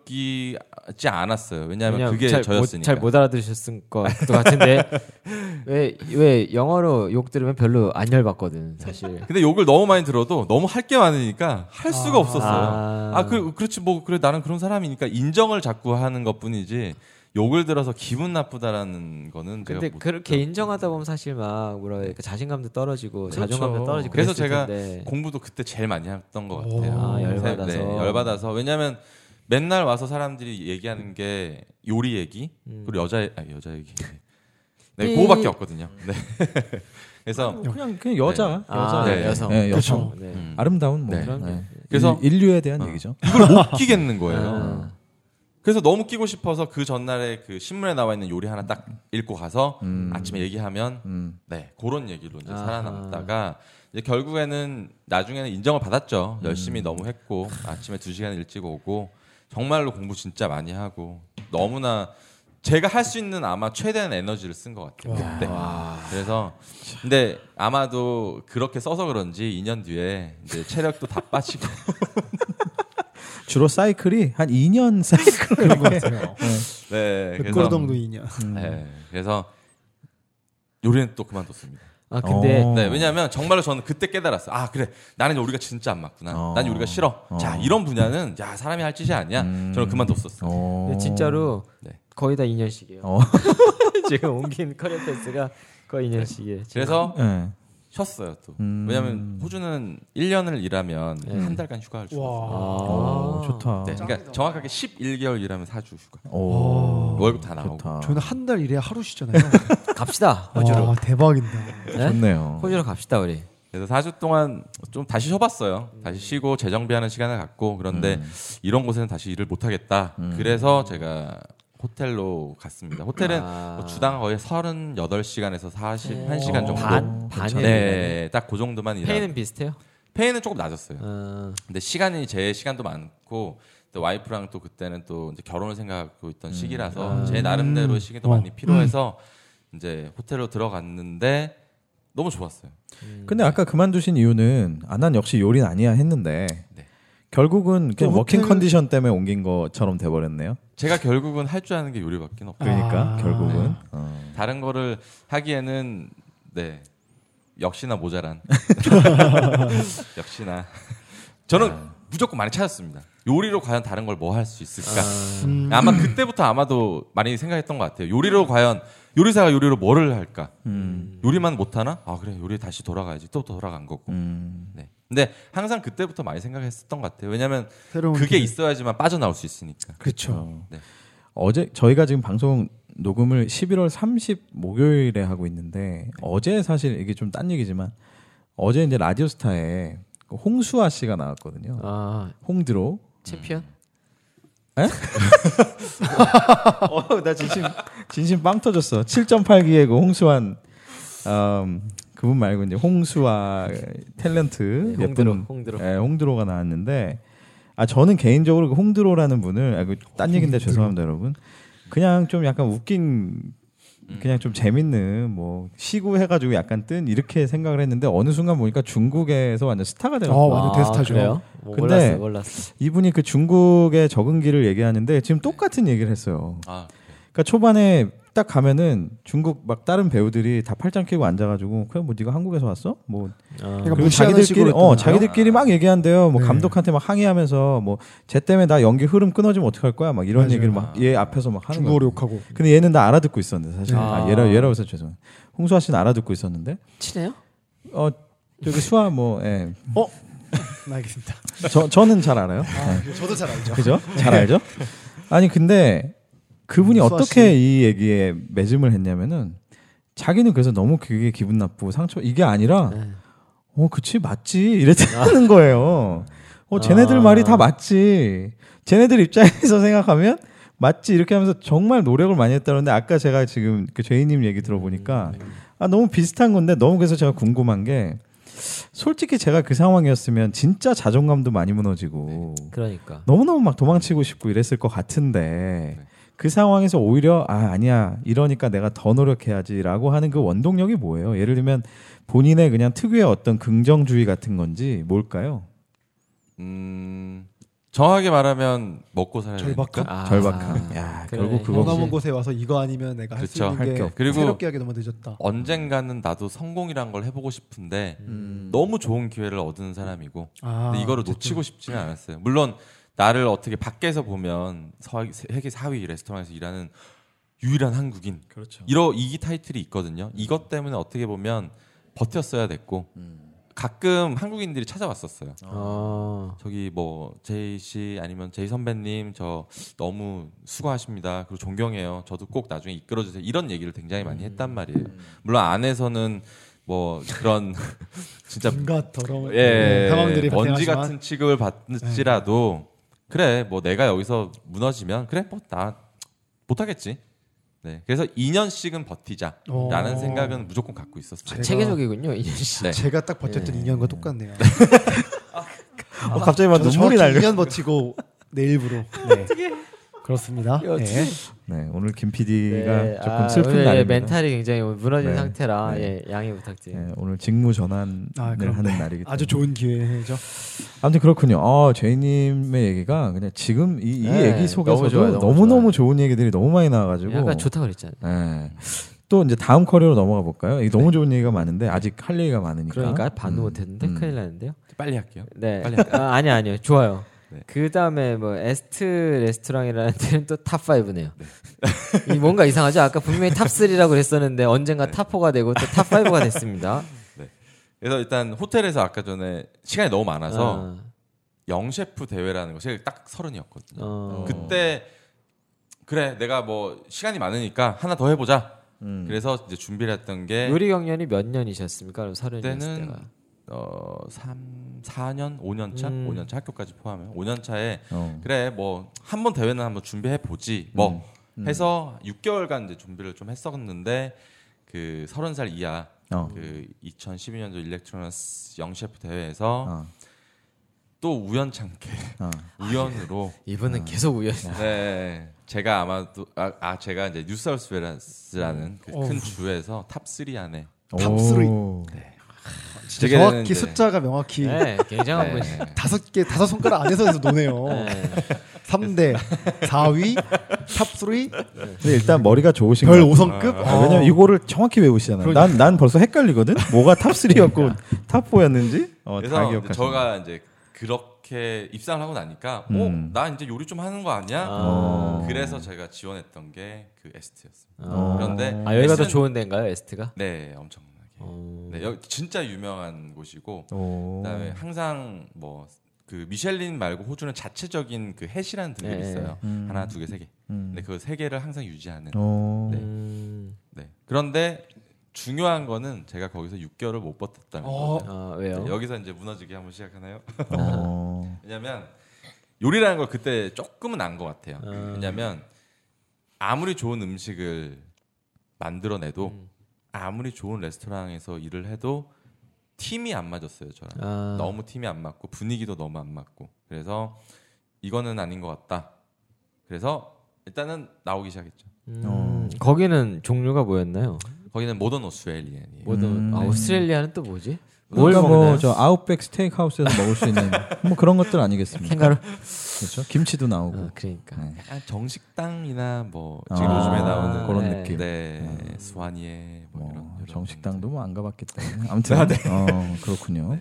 S3: 모욕적이지 않았어요. 왜냐하면 그게 저였으니까.
S2: 잘못 알아들으셨을 것도 같은데 왜 왜 영어로 욕 들으면 별로 안 열받거든 사실.
S3: 근데 욕을 너무 많이 들어도 너무 할 게 많으니까 할 수가
S4: 아.
S3: 없었어요.
S2: 아,
S3: 아, 그, 그렇지 뭐 그래 나는 그런 사람이니까 인정을 자꾸 하는 것뿐이지 욕을 들어서 기분 나쁘다라는 거는 제가
S2: 근데
S3: 못
S2: 그렇게 인정하다 보면 사실 막 뭐라 해야 까 자신감도 떨어지고
S3: 그렇죠.
S2: 자존감도 떨어지고
S3: 그래서
S2: 그랬을
S3: 제가
S2: 텐데.
S3: 공부도 그때 제일 많이 했던 것
S4: 오.
S3: 같아요.
S2: 아, 열받아서.
S3: 네, 열받아서 왜냐하면 맨날 와서 사람들이 얘기하는 게 요리 얘기
S2: 음.
S3: 그리고 여자 아 여자 얘기 네
S2: 삐.
S3: 그거밖에 없거든요. 네. 그래서
S1: 그냥 그냥 여자
S3: 네.
S1: 여자
S2: 아,
S3: 네.
S2: 여성.
S1: 네, 여성.
S4: 그렇죠.
S2: 네.
S3: 음,
S1: 아름다운 뭐
S3: 네.
S2: 그럼요.
S3: 그래서-
S1: 인- 인류에 대한
S3: 어.
S1: 얘기죠.
S3: 못 끼겠는 거예요.
S2: 아.
S3: 그래서 너무 끼고 싶어서 그 전날에 그 신문에 나와 있는 요리 하나 딱 읽고 가서
S1: 음.
S3: 아침에 얘기하면
S1: 음.
S3: 네 그런 얘기로 이제
S2: 아하.
S3: 살아남다가 이제 결국에는 나중에는 인정을 받았죠. 열심히 너무 했고 아침에 두 시간 일찍 오고 정말로 공부 진짜 많이 하고 너무나 제가 할 수 있는 아마 최대한 에너지를 쓴 것 같아요 그때. 그래서 근데 아마도 그렇게 써서 그런지 2년 뒤에 이제 체력도 다 빠지고
S1: 주로 사이클이 한 2년 사이클
S4: 그런 것 같아요.
S3: 네 그래서
S4: 백골동도 이냐.
S1: 음.
S3: 네 그래서 요리는 또 그만뒀습니다.
S2: 아 근데
S1: 어.
S3: 네, 왜냐하면 정말로 저는 그때 깨달았어. 아 그래, 나는 요리가 진짜 안 맞구나.
S1: 어. 음.
S3: 난 요리가 싫어. 자 이런 분야는 야 사람이 할 짓이 아니야. 저는 그만뒀었어. 요
S1: 어.
S2: 근데 진짜로
S3: 네.
S2: 거의 다 2년씩이에요.
S1: 어.
S2: 지금 옮긴 커리어 패스가 거의 2년씩이에요.
S3: 그래서
S1: 네.
S3: 쉬었어요 또.
S1: 음.
S3: 음. 왜냐하면 호주는 1년을 일하면
S2: 네.
S3: 한 달간 휴가를 주고.
S4: 와.
S1: 오, 어, 좋다.
S3: 네, 그러니까 정확하게 11개월 일하면 4주 휴가.
S1: 오.
S3: 월급 다 나오고.
S1: 어, 좋다.
S4: 저는 한 달 일에 하루 쉬잖아요.
S2: 갑시다
S4: 와,
S2: 호주로.
S4: 대박인데.
S2: 어. 네?
S1: 좋네요.
S2: 호주로 갑시다 우리.
S3: 그래서 4주 동안 좀 다시 쉬어봤어요.
S2: 음.
S3: 다시 쉬고 재정비하는 시간을 갖고 그런데
S1: 음.
S3: 이런 곳에는 다시 일을 못 하겠다. 그래서 제가 호텔로 갔습니다. 호텔은
S2: 아. 네.
S3: 뭐 주당 거의 38시간에서
S1: 어.
S3: 41시간 정도.
S2: 반 반이
S3: 어, 네, 딱 그 정도만 음. 일하. 페이는
S2: 페이는 비슷해요.
S3: 페이는 조금 낮았어요.
S2: 어,
S3: 근데 시간이 제 시간도 많고 또 와이프랑 또 그때는 또 이제 결혼을 생각하고 있던 시기라서 제 나름대로 시간도
S4: 어.
S3: 많이 필요해서 이제 호텔로 들어갔는데 너무 좋았어요.
S1: 근데 아까 그만두신 이유는 아 난 역시 요리는 아니야 했는데
S3: 네.
S1: 결국은 그냥
S4: 그
S1: 워킹
S4: 호텔-
S1: 컨디션 때문에 옮긴 것처럼 돼버렸네요.
S3: 제가 결국은 할 줄 아는 게 요리밖에 없고
S1: 그러니까
S4: 아.
S3: 네.
S1: 결국은 어.
S3: 다른 거를 하기에는 네 역시나 모자란 역시나 저는 무조건 많이 찾았습니다. 요리로 과연 다른 걸 뭐 할 수 있을까?
S4: 음.
S3: 아마 그때부터 아마도 많이 생각했던 것 같아요. 요리로 과연 요리사가 요리로 뭐를 할까? 요리만 못하나? 아 그래 요리 다시 돌아가야지. 또 돌아간 거고.
S1: 음.
S3: 네. 근데 항상 그때부터 많이 생각했었던 것 같아요. 왜냐하면
S4: 새로운
S3: 그게
S4: 길.
S3: 있어야지만 빠져나올 수 있으니까.
S4: 그렇죠.
S1: 어. 어제 저희가 지금 방송 녹음을 11월 30 목요일에 하고 있는데 어제 사실 이게 좀 딴 얘기지만 어제 이제 라디오스타에 그 홍수아 씨가 나왔거든요.
S2: 아
S1: 홍드로.
S2: 챔피언?
S1: 어, 나 진심 진심 빵 터졌어. 7.8기의 그 홍수환 음, 그분 말고 이제 홍수아 탤런트
S2: 네, 홍드로, 홍드로.
S1: 예, 홍드로가 나왔는데 아 저는 개인적으로 그 홍드로라는 분을 아, 그딴 얘긴데 죄송합니다 여러분. 그냥 좀 약간 웃긴 그냥 좀 재밌는 뭐 시구 해가지고 약간 뜬 이렇게 생각을 했는데 어느 순간 보니까 중국에서 완전 스타가
S4: 아,
S1: 되었고
S4: 완전 대스타죠.
S2: 그래요? 뭐
S1: 근데-
S2: 몰랐어, 몰랐어.
S1: 이분이 그 중국의 적응기를 얘기하는데 지금 똑같은 얘기를 했어요.
S3: 아
S1: 그러니까 초반에 딱 가면은 중국 막 다른 배우들이 다 팔짱 끼고 앉아가지고 그냥 뭐 네가 한국에서 왔어? 뭐
S4: 그러니까
S1: 그리고
S4: 무시하는 식으로
S1: 자기들끼리 어
S4: 했잖아요.
S1: 자기들끼리 막 얘기한대요. 뭐
S4: 네.
S1: 감독한테 막 항의하면서 뭐 쟤 때문에 나 연기 흐름 끊어지면 어떡할 거야? 막 이런
S4: 맞아요.
S1: 얘기를 막 얘 앞에서 막 하는
S4: 중국어로
S1: 거예요.
S4: 욕하고.
S1: 근데 얘는 나 알아듣고 있었는데 사실 아,
S2: 네.
S1: 얘라 얘라고 해서 죄송. 홍수아 씨는 알아듣고 있었는데
S2: 친해요?
S1: 어 저기 수아 뭐 예.
S4: 어? 네, 알겠습니다.
S1: 저 저는 잘 알아요.
S4: 저도 잘 알죠.
S1: 그죠? 잘 알죠? 아니 근데 그분이
S4: 수아 씨.
S1: 어떻게 이 얘기에 매짐을 했냐면은 자기는 그래서 너무 그게 기분 나쁘고 상처 이게 아니라
S2: 네.
S1: 어 그치 맞지
S4: 아.
S1: 이랬다는 거예요. 어 쟤네들
S2: 아.
S1: 말이 다 맞지. 쟤네들 입장에서 생각하면 맞지 이렇게 하면서 정말 노력을 많이 했다는데 아까 제가 지금 그 제이님 얘기 들어보니까
S4: 음, 네.
S1: 아 너무 비슷한 건데 너무 그래서 제가 궁금한 게 솔직히 제가 그 상황이었으면 진짜 자존감도 많이 무너지고
S4: 네.
S2: 그러니까.
S1: 너무너무 막 도망치고 싶고 이랬을 것 같은데
S2: 네.
S1: 그 상황에서 오히려 아 아니야 이러니까 내가 더 노력해야지라고 하는 그 원동력이 뭐예요? 예를 들면 본인의 그냥 특유의 어떤 긍정주의 같은 건지 뭘까요?
S3: 음, 정확하게 말하면 먹고 살아야
S4: 절박함?
S3: 되니까.
S2: 아,
S1: 절박함. 야,
S2: 그래.
S1: 결국 그거
S2: 뭔가
S4: 머나먼 곳에 와서 이거 아니면 내가 할 수
S3: 그쵸.
S1: 할게
S4: 있는 게
S1: 없고.
S3: 그리고-
S4: 새롭게 하기 너무 늦었다.
S3: 언젠가는 나도 성공이란 걸 해보고 싶은데
S1: 음.
S3: 너무 좋은 기회를 얻은 사람이고
S4: 아,
S3: 근데 이거를
S4: 어쨌든.
S3: 놓치고 싶지는 않았어요. 물론 나를 어떻게 밖에서 보면 서- 세계 4위 레스토랑에서 일하는 유일한 한국인
S1: 그렇죠.
S3: 이러 이기 타이틀이 있거든요. 이것 때문에 어떻게 보면 버텼어야 됐고
S1: 음.
S3: 가끔 한국인들이 찾아왔었어요.
S2: 어.
S3: 저기 뭐 제이 씨 아니면 제이 선배님 저 너무 수고하십니다. 그리고 존경해요. 저도 꼭 나중에 이끌어 주세요. 이런 얘기를 굉장히 많이
S1: 음.
S3: 했단 말이에요. 물론 안에서는 뭐 그런 진짜
S4: 뭔가 더러운 네,
S3: 예,
S4: 상황들이
S3: 먼지
S4: 발생하지만
S3: 같은 취급을 받지라도 그래 뭐 내가 여기서 무너지면 그래 뭐 나 못하겠지. 네, 그래서 2년씩은 버티자라는
S4: 오.
S3: 생각은 무조건 갖고
S2: 아,
S3: 있었어요.
S4: 제가-
S2: 체계적이군요 이년 씨.
S3: 네.
S4: 제가 딱 버텼던
S2: 예.
S4: 2년과 똑같네요.
S1: 어, 갑자기 막
S4: 저도
S1: 눈물이
S4: 정확히
S1: 날려.
S4: 2년 버티고 내일부로. 네. 그렇습니다.
S2: 이거 어떻게-
S4: 예.
S1: 네, 오늘 김 PD가
S2: 네,
S1: 조금
S2: 아,
S1: 슬픈
S2: 오늘 예,
S1: 날입니다.
S2: 멘탈이 굉장히 무너진
S1: 네.
S2: 상태라
S1: 네.
S2: 예, 양해 부탁드립니다.
S1: 네, 오늘 직무 전환을
S4: 아, 그럼
S1: 하는 날이기 때문에
S4: 아주 좋은 기회죠.
S1: 아무튼 그렇군요. 어, 제이님의 얘기가 그냥 지금 이, 이
S2: 네,
S1: 얘기 속에서도
S2: 너무 좋아요, 너무
S1: 너무 너무 좋은 얘기들이 너무 많이 나와가지고
S2: 약간 좋다 그랬잖아요.
S1: 예. 또 이제 다음 커리어로 넘어가 볼까요? 이게 너무 좋은 얘기가 많은데 아직 할 얘기가 많으니까.
S2: 그러니까
S1: 음,
S2: 반도 못했는데
S1: 음.
S2: 큰일 났는데요.
S3: 빨리 할게요.
S2: 네,
S3: 빨리
S2: 아, 아니 아니요, 좋아요.
S3: 네.
S2: 그 다음에 뭐 에스트 레스토랑이라는 데는 또탑 5네요. 이 뭔가 이상하죠? 아까 분명히 탑 3라고 그랬었는데 언젠가 탑 4가 되고 또탑 5가 됐습니다.
S3: 그래서 일단 호텔에서 아까 전에 시간이 너무 많아서 영셰프 대회라는 거 제가 딱 서른이었거든요.
S2: 어, 어,
S3: 그때 그래 내가 뭐 시간이 많으니까 하나 더 해보자.
S1: 음.
S3: 그래서 이제 준비를 했던 게
S2: 요리 경연이 몇 년이셨습니까? 서른
S3: 그때는
S2: 때가.
S3: 어, 3, 4년, 5년 차,
S2: 음.
S3: 5년 차 학교까지 포함해요. 5년 차에
S1: 어.
S3: 그래 뭐 한 번 대회는 한번 준비해 보지 뭐
S1: 음.
S3: 해서 6개월간 이제 준비를 좀 했었는데 그 30살 이하
S1: 어.
S3: 그 2012년도 일렉트로너스 영셰프 대회에서
S1: 어.
S3: 또 우연찮게
S1: 어. 아, 예.
S3: 우연으로
S2: 이분은 계속 우연.
S3: 네 제가 아마도 아, 아, 제가 이제 뉴사우스웨일스라는 그
S4: 어우.
S3: 큰 주에서 탑3 안에
S4: 탑
S1: 오.
S4: 쓰리.
S3: 네. 진짜
S4: 정확히
S3: 되는데.
S4: 숫자가 명확히
S2: 네,
S1: 아,
S2: 굉장한 분이.
S3: 네.
S4: 다섯 개 다섯 손가락 안에서 노네요.
S2: 네.
S4: 3대 4위 탑3
S1: 근데 일단 머리가 좋으신 것
S4: 별
S1: 같아요.
S4: 5성급 어,
S1: 아, 왜냐면 이거를 정확히 외우시잖아요.
S3: 그러니까.
S1: 난, 난 벌써 헷갈리거든. 뭐가 탑 3였고 탑 4였는지. 어, 다
S3: 그래서
S1: 기억하시
S3: 저가 이제 그렇게 입상을 하고 나니까
S1: 음.
S3: 어나 이제 요리 좀 하는 거 아니야?
S2: 아.
S3: 그래서 제가 지원했던 게 그 에스트였어요.
S2: 어.
S3: 그런데
S2: 아 여기가 더
S3: 에스는-
S2: 좋은 데인가요, 에스트가?
S3: 네 엄청나게.
S2: 어.
S3: 네 여기 진짜 유명한 곳이고 그다음에 항상 뭐 그 미셸린 말고 호주는 자체적인 그 해시라는 등급이
S2: 네.
S3: 있어요.
S1: 음.
S3: 하나, 두 개, 세 개. 근데 그 세 개를 항상 유지하는.
S1: 어.
S3: 네.
S2: 음,
S3: 네. 그런데 중요한 거는 제가 거기서 6개월을 못 버텼다는
S4: 어.
S3: 거죠.
S2: 아 왜요?
S3: 네, 여기서 이제 무너지기 한번 시작하나요?
S1: 어.
S3: 왜냐면 요리라는 걸 그때 조금은 안 것 같아요.
S2: 음.
S3: 왜냐면 아무리 좋은 음식을 만들어내도 아무리 좋은 레스토랑에서 일을 해도 팀이 안 맞았어요 저랑.
S2: 아,
S3: 너무 팀이 안 맞고 분위기도 너무 안 맞고 그래서 이거는 아닌 것 같다. 그래서 일단은 나오기 시작했죠.
S2: 음,
S1: 어.
S2: 거기는 종류가 뭐였나요?
S3: 거기는 모던 오스트레일리안이에요.
S1: 음.
S2: 모든 아, 오스트레일리아는 또 뭐지? 뭘
S1: 그러니까 뭐
S2: 먹나요?
S1: 저 아웃백 스테이크 하우스에서 먹을 수 있는 뭐 그런 것들 아니겠습니까?
S2: 캥거루.
S1: 그렇죠. 김치도 나오고.
S2: 아, 그러니까.
S1: 네.
S3: 약간 정식당이나 뭐 지금
S1: 아,
S3: 요즘에 나오는
S1: 그런
S2: 네.
S1: 느낌.
S3: 네 스와니에 뭐
S1: 뭐
S3: 이런, 이런
S1: 정식당도 뭐 안 가봤기
S2: 네,
S1: 때문에 아무튼 어, 그렇군요.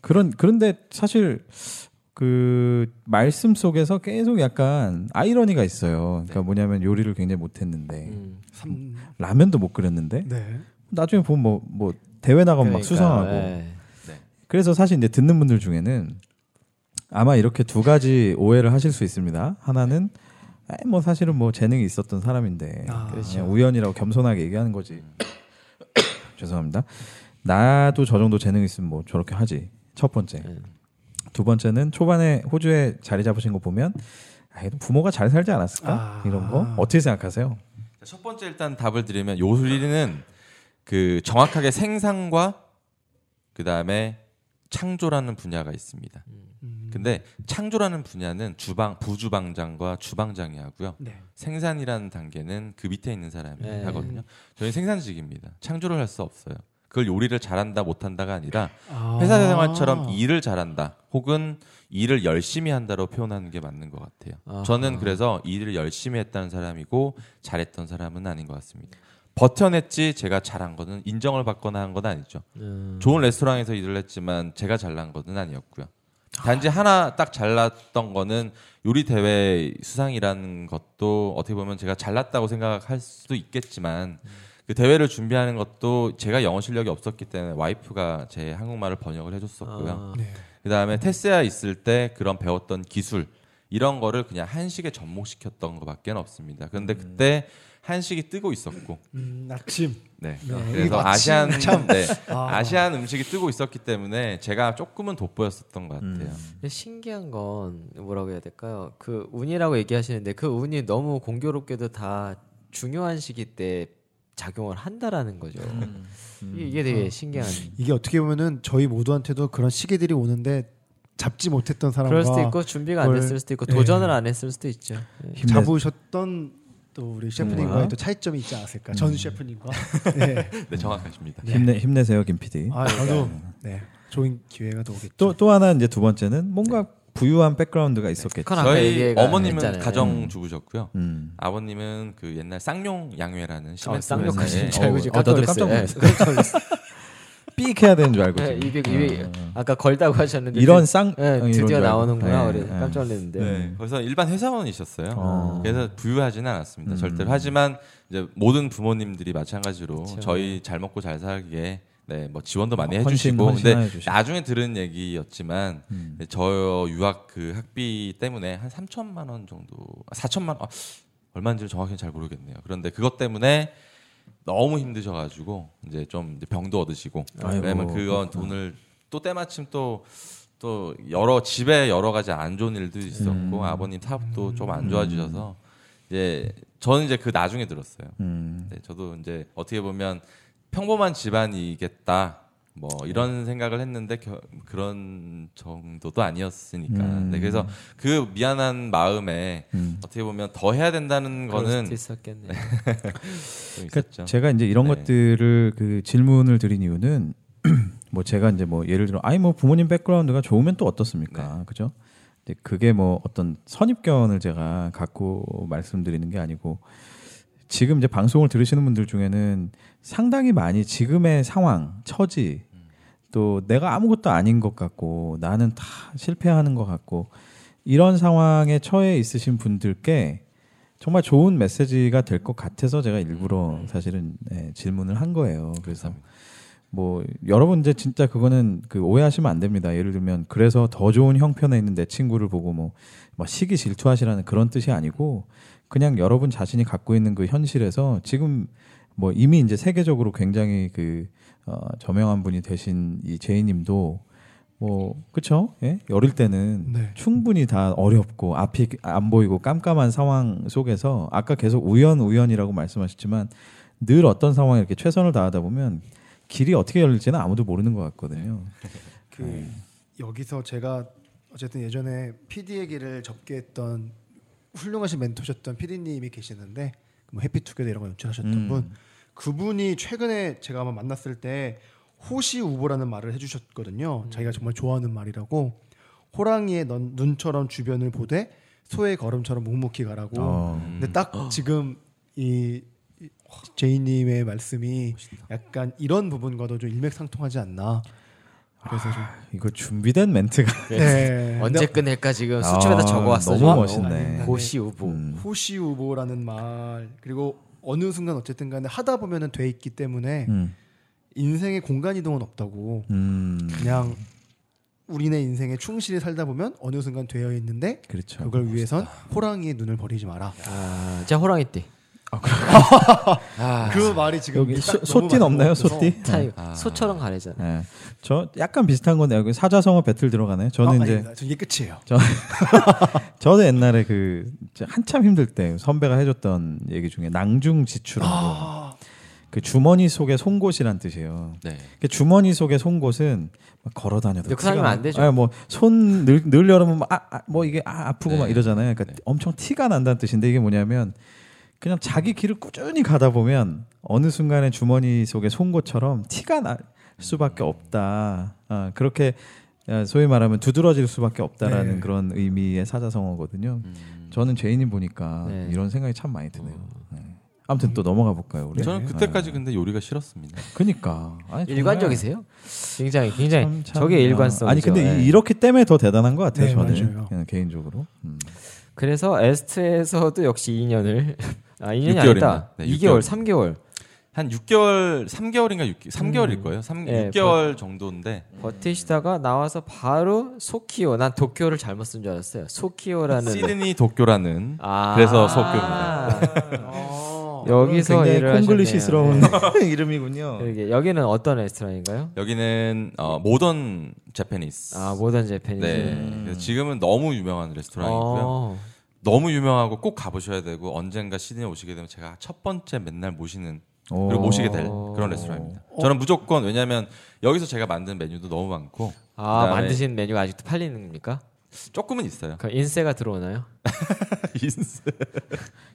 S1: 그런 그런데 사실 그 말씀 속에서 계속 약간 아이러니가 있어요. 그러니까 뭐냐면 요리를 굉장히 못했는데
S2: 네. 음.
S4: 3
S1: 라면도 못 끓였는데
S4: 네.
S1: 나중에 보면 뭐 뭐 대회 나가면 막
S2: 그러니까,
S1: 수상하고
S2: 예.
S1: 그래서 사실 이제 듣는 분들 중에는 아마 이렇게 두 가지 오해를 하실 수 있습니다. 하나는 에이, 뭐 사실은 뭐 재능이 있었던 사람인데
S4: 아,
S1: 그냥
S4: 그렇죠.
S1: 우연이라고 겸손하게 얘기하는 거지. 죄송합니다. 나도 저 정도 재능 있으면 뭐 저렇게 하지. 첫 번째.
S2: 네.
S1: 두 번째는 초반에 호주에 자리 잡으신 거 보면 아, 얘도 부모가 잘 살지 않았을까?
S4: 아.
S1: 이런 거 어떻게 생각하세요?
S3: 자, 그러니까 첫 번째 일단 답을 드리면 요리는 그 정확하게 생산과 그 다음에 창조라는 분야가 있습니다.
S4: 음,
S3: 근데 창조라는 분야는 주방 부주방장과 주방장이 하고요.
S4: 네.
S3: 생산이라는 단계는 그 밑에 있는 사람이
S2: 네.
S3: 하거든요. 저희 는 생산직입니다. 창조를 할 수 없어요. 그걸 요리를 잘한다 못한다가 아니라
S4: 아.
S3: 회사 생활처럼 일을 잘한다 혹은 일을 열심히 한다로 표현하는 게 맞는 것 같아요.
S2: 아하.
S3: 저는 그래서 일을 열심히 했다는 사람이고 잘했던 사람은 아닌 것 같습니다. 버텨냈지 제가 잘한 거는 인정을 받거나 한 건 아니죠. 좋은 레스토랑에서 일을 했지만 제가 잘난 거는 아니었고요. 단지 하나 딱 잘났던 거는 요리 대회 수상이라는 것도 어떻게 보면 제가 잘났다고 생각할 수도 있겠지만 그 대회를 준비하는 것도 제가 영어 실력이 없었기 때문에 와이프가 제 한국말을 번역을 해줬었고요.
S2: 아,
S4: 네.
S3: 그다음에 테스야 있을 때 그런 배웠던 기술 이런 거를 그냥 한식에 접목시켰던 것밖에 없습니다. 그런데 그때 한식이 뜨고 있었고
S4: 음, 아침.
S3: 네.
S4: 네,
S3: 그래서
S4: 이거 아침
S3: 아시안
S4: 참.
S3: 네.
S4: 아.
S3: 아시안 음식이 뜨고 있었기 때문에 제가 조금은 돋보였었던 것
S4: 음.
S3: 같아요.
S2: 근데 신기한 건 뭐라고 해야 될까요? 그 운이라고 얘기하시는데 그 운이 너무 공교롭게도 다 중요한 시기 때 작용을 한다라는 거죠.
S1: 음.
S2: 이게- 이게
S1: 아.
S2: 되게 신기한.
S4: 이게 어떻게 보면은 저희 모두한테도 그런 시기들이 오는데 잡지 못했던 사람과
S2: 그럴 수도 있고 준비가 안
S4: 그걸-
S2: 됐을 수도 있고
S4: 예.
S2: 도전을 안 했을 수도 있죠. 예.
S1: 힘내-
S4: 잡으셨던 또 우리 셰프님과의
S1: 음.
S4: 또 차이점이 있지 않았을까? 전 셰프님과. 네.
S3: 네, 정확하십니다.
S1: 힘내 힘내세요 김 PD.
S4: 아, 저도 네. 좋은 기회가 또 오겠죠.
S1: 또 또 하나 이제 두 번째는
S4: 네.
S1: 뭔가 부유한 백그라운드가 있었겠죠.
S2: 북한 아까
S1: 네,
S3: 저희
S2: 얘기가
S3: 어머님은
S2: 있잖아요.
S3: 가정 주부셨고요.
S4: 그
S1: 음.
S3: 아버님은 그 옛날 쌍용 양회라는 네.
S2: 어,
S3: 시멘트
S2: 쌍욕
S3: 회사에
S2: 하시는 줄 알고
S1: 어,
S2: 지금
S1: 어,
S2: 깜짝
S1: 나도
S2: 놀랐어요.
S1: 깜짝
S2: 예, 깜짝 놀랐어요.
S1: 삑 해야 되는 줄
S3: 네,
S1: 알고
S2: 예,
S1: 지금.
S2: 이백 이백 아까 걸다고 하셨는데
S1: 이런 쌍
S2: 예,
S1: 이런 줄
S2: 드디어
S1: 알고.
S2: 나오는구나.
S1: 예,
S2: 그래서
S1: 예.
S2: 깜짝 놀랐는데.
S3: 네. 그래서 일반 회사원이셨어요.
S1: 어. 음.
S3: 그래서 부유하지는 않았습니다. 절대로. 하지만 이제 모든 부모님들이 마찬가지로 저희 잘 먹고 잘 살게 네, 뭐 지원도 많이
S1: 어,
S3: 해주시고
S1: 헌신,
S3: 근데
S1: 헌신해주시고. 음.
S3: 나중에 들은 얘기였지만 네, 저 유학 그 학비 때문에 한 3천만 원 정도, 아, 4천만 원 아, 얼마인지 정확히 잘 모르겠네요. 그런데 그것 때문에 너무 힘드셔가지고 이제 좀 이제 병도 얻으시고
S1: 아이고, 음.
S3: 왜냐면 그건 돈을 또 때마침 또 또 여러 집에 여러 가지 안 좋은 일도 있었고
S1: 음.
S3: 아버님 사업도 좀 안 좋아지셔서 이제 저는 이제 그 나중에 들었어요.
S1: 음.
S3: 네, 저도 이제 어떻게 보면 평범한 집안이겠다 뭐
S2: 네.
S3: 이런 생각을 했는데 겨- 그런 정도도 아니었으니까.
S2: 음.
S3: 네, 그래서 그 미안한 마음에 어떻게 보면 더 해야 된다는
S2: 그럴
S3: 거는
S2: 수도 있었겠네요.
S3: 좀
S1: 그러니까
S3: 있었죠.
S1: 제가 이제 이런
S3: 네.
S1: 것들을 그 질문을 드린 이유는 뭐 제가 이제 뭐 예를 들어 아이 뭐 부모님 백그라운드가 좋으면 또 어떻습니까? 그죠? 근데 그게 뭐 어떤 선입견을 제가 갖고 말씀드리는 게 아니고 지금 이제 방송을 들으시는 분들 중에는 상당히 많이 지금의 상황, 처지 또 내가 아무것도 아닌 것 같고 나는 다 실패하는 것 같고 이런 상황에 처해 있으신 분들께 정말 좋은 메시지가 될 것 같아서 제가 일부러 사실은 예, 질문을 한 거예요. 그래서 뭐 여러분 이제 진짜 그거는 그 오해하시면 안 됩니다. 예를 들면 그래서 더 좋은 형편에 있는 내 친구를 보고 뭐, 뭐 시기 질투하시라는 그런 뜻이 아니고 그냥 여러분 자신이 갖고 있는 그 현실에서 지금 뭐 이미 이제 세계적으로 굉장히 그 어, 저명한 분이 되신 이 제이님도 뭐 그쵸? 예? 어릴 때는
S4: 네.
S1: 충분히 다 어렵고 앞이 안 보이고 깜깜한 상황 속에서 아까 계속 우연 우연이라고 말씀하셨지만 늘 어떤 상황에 이렇게 최선을 다하다 보면 길이 어떻게 열릴지는 아무도 모르는 것 같거든요.
S4: 그
S1: 네.
S4: 여기서 제가 어쨌든 예전에 PD 얘기를 접게 했던 훌륭하신 멘토셨던 PD님이 계시는데 뭐 해피투게더 이런 거 연출하셨던
S1: 음.
S4: 분 그분이 최근에 제가 아마 만났을 때 호시 우보라는 말을 해주셨거든요.
S1: 음.
S4: 자기가 정말 좋아하는 말이라고 호랑이의 넌- 눈처럼 주변을 보되 소의 걸음처럼 묵묵히 가라고.
S1: 어.
S4: 근데 딱 지금 이 제이님의 말씀이 약간 이런 부분과도 좀 일맥상통하지 않나.
S1: 아.
S4: 그래서 좀
S1: 이거 준비된 멘트가
S4: 네.
S2: 언제
S4: 근데
S2: 끊을까 지금
S1: 아,
S2: 수첩에다 적어왔어.
S1: 너무
S2: 지금.
S1: 멋있네. 음.
S2: 고시 우보.
S4: 호시 우보라는 말 그리고 어느 순간 어쨌든 간에 하다 보면은 돼 있기 때문에
S1: 음.
S4: 인생의 공간 이동은 없다고
S1: 음.
S4: 그냥 우리네 인생에 충실히 살다 보면 어느 순간 되어 있는데
S1: 그렇죠.
S4: 그걸 위해선 호랑이의 눈을 버리지 마라.
S2: 아, 자 호랑이 띠.
S4: 그 말이 지금
S1: 아. 여기
S4: 딱
S1: 소,
S4: 너무
S1: 소띠는
S4: 맞는
S1: 없나요?
S4: 것 같아서. 어,
S1: 소띠?
S2: 타이 소처럼 가리잖아.
S1: 예. 저 약간 비슷한 건데 여기 사자성어 배틀 들어가나요? 저는
S4: 아,
S1: 이제
S4: 아닙니다. 저 이게 끝이에요.
S1: 저 저도 옛날에 그 이제 한참 힘들 때 선배가 해줬던 얘기 중에 낭중지추라고
S4: 아,
S1: 그 주머니 속에 송곳이란 뜻이에요.
S3: 네.
S1: 그 주머니 속에 송곳은 막 걸어 다녀도
S2: 근데 그 사람이면 안 되죠.
S1: 뭐손늘 열으면 막, 아, 아, 뭐 이게 아, 프고막
S3: 네.
S1: 이러잖아요. 그러니까
S3: 네.
S1: 엄청 티가 난다는 뜻인데 이게 뭐냐면 그냥 자기 길을 꾸준히 가다 보면 어느 순간에 주머니 속에 송곳처럼 티가 날 수밖에 없다. 아, 그렇게 어, 소위 말하면 두드러질 수밖에 없다라는
S4: 네.
S1: 그런 의미의 사자성어거든요.
S3: 음.
S1: 저는 죄인이 보니까
S2: 네. 어.
S1: 이런 생각이 참 많이 드네요. 네. 아무튼 또 넘어가 볼까요,
S2: 네.
S1: 우리?
S3: 저는
S2: 아.
S3: 그때까지 근데 요리가 싫었습니다.
S1: 그니까 아니, 정말
S2: 일관적이세요? 굉장히 굉장히
S1: 참, 참,
S2: 네, 저게 네. 예.
S1: 어.
S2: 일관성.
S1: 아니 근데 이- 이렇게 때문에 더 대단한 것 같아요,
S4: 네,
S1: 저는 예,
S4: 맞아요.
S1: 그냥 개인적으로. 음.
S2: 그래서 에스트에서도 역시 2년을 아 2년이 아니다.
S3: 육개월입니다. 네,
S2: 2개월,
S3: 육개월.
S2: 3개월
S3: 한 6개월, 3개월인가 6, 3개월일 거예요. 3,
S2: 예,
S3: 6개월 정도인데
S2: 버티시다가 나와서 바로 소키오. 난 도쿄를 잘못 쓴 줄 알았어요. 소키오라는
S3: 시드니 도쿄라는
S2: 아.
S3: 그래서 소쿄입니다.
S2: 어, 여기서
S1: 어. 굉장히
S2: 일을
S1: 콩글리시스러운
S2: 하셨네요.
S1: 이름이군요.
S2: 네. 이렇게 여기는 어떤 레스토랑인가요?
S3: 여기는 어, 모던 재패니스.
S2: 아 모던 재팬이죠.
S3: 네. 그래서 지금은 너무 유명한 레스토랑이고요.
S2: 어.
S3: 너무 유명하고 꼭 가보셔야 되고 언젠가 시드니 오시게 되면 제가 첫 번째 맨날 모시는
S1: 오.
S3: 그리고 모시게 될 그런 레스토랑입니다. 저는 무조건 왜냐하면 여기서 제가 만든 메뉴도 너무 많고
S2: 아
S3: 그다음에
S2: 만드신 메뉴가 아직도 팔리는 겁니까?
S3: 조금은 있어요.
S2: 그 인세가 들어오나요?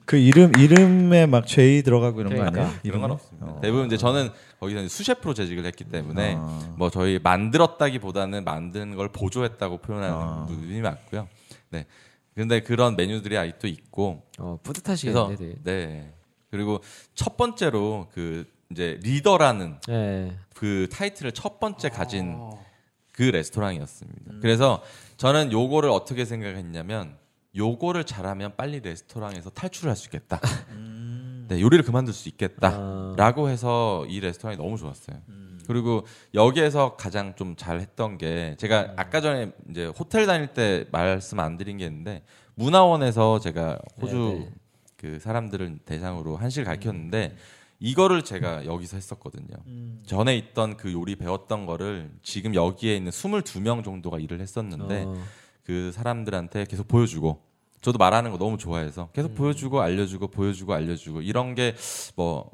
S1: 그 이름 이름에 막 죄이 들어가고 이런
S2: 그러니까.
S1: 거 아니야?
S3: 이런 건
S1: 이름에?
S3: 없습니다.
S1: 어.
S3: 음. 네, 대부분 이제 저는 거기서 수셰프로 재직을 했기 때문에
S1: 아.
S3: 뭐 저희 만들었다기보다는 만든 걸 보조했다고 표현하는 분이 많고요. 네. 근데 그런 메뉴들이 아직도 있고
S2: 어
S3: 그래서
S2: 뿌듯하시겠는데. 되게.
S3: 네. 그리고 첫 번째로 그 이제 리더라는
S2: 네.
S3: 그 타이틀을 첫 번째 가진
S4: 어,
S3: 그 레스토랑이었습니다.
S2: 음.
S3: 그래서 저는 요거를 어떻게 생각했냐면 요거를 잘하면 빨리 레스토랑에서 탈출을 할 수 있겠다.
S2: 음.
S3: 네, 요리를 그만둘 수
S2: 아.
S3: 있겠다라고 해서 이 레스토랑이 너무 좋았어요.
S2: 음.
S3: 그리고 여기에서 가장 좀 잘했던 게
S2: 음.
S3: 제가 아까 전에 이제 호텔 다닐 때 말씀 안 드린 게 있는데 문화원에서 제가 호주
S2: 네, 음. 네.
S3: 그 사람들을 대상으로 한식을 가르쳤는데 이거를 제가 여기서 했었거든요.
S4: 음.
S3: 전에 있던 그 요리 배웠던 거를 지금 여기에 있는 22명 정도가 일을
S1: 아.
S3: 했었는데
S2: 어.
S3: 그 사람들한테 계속 보여주고 저도 말하는 거 너무 좋아해서 계속
S1: 음.
S3: 보여주고 알려주고 보여주고 알려주고 이런 게 뭐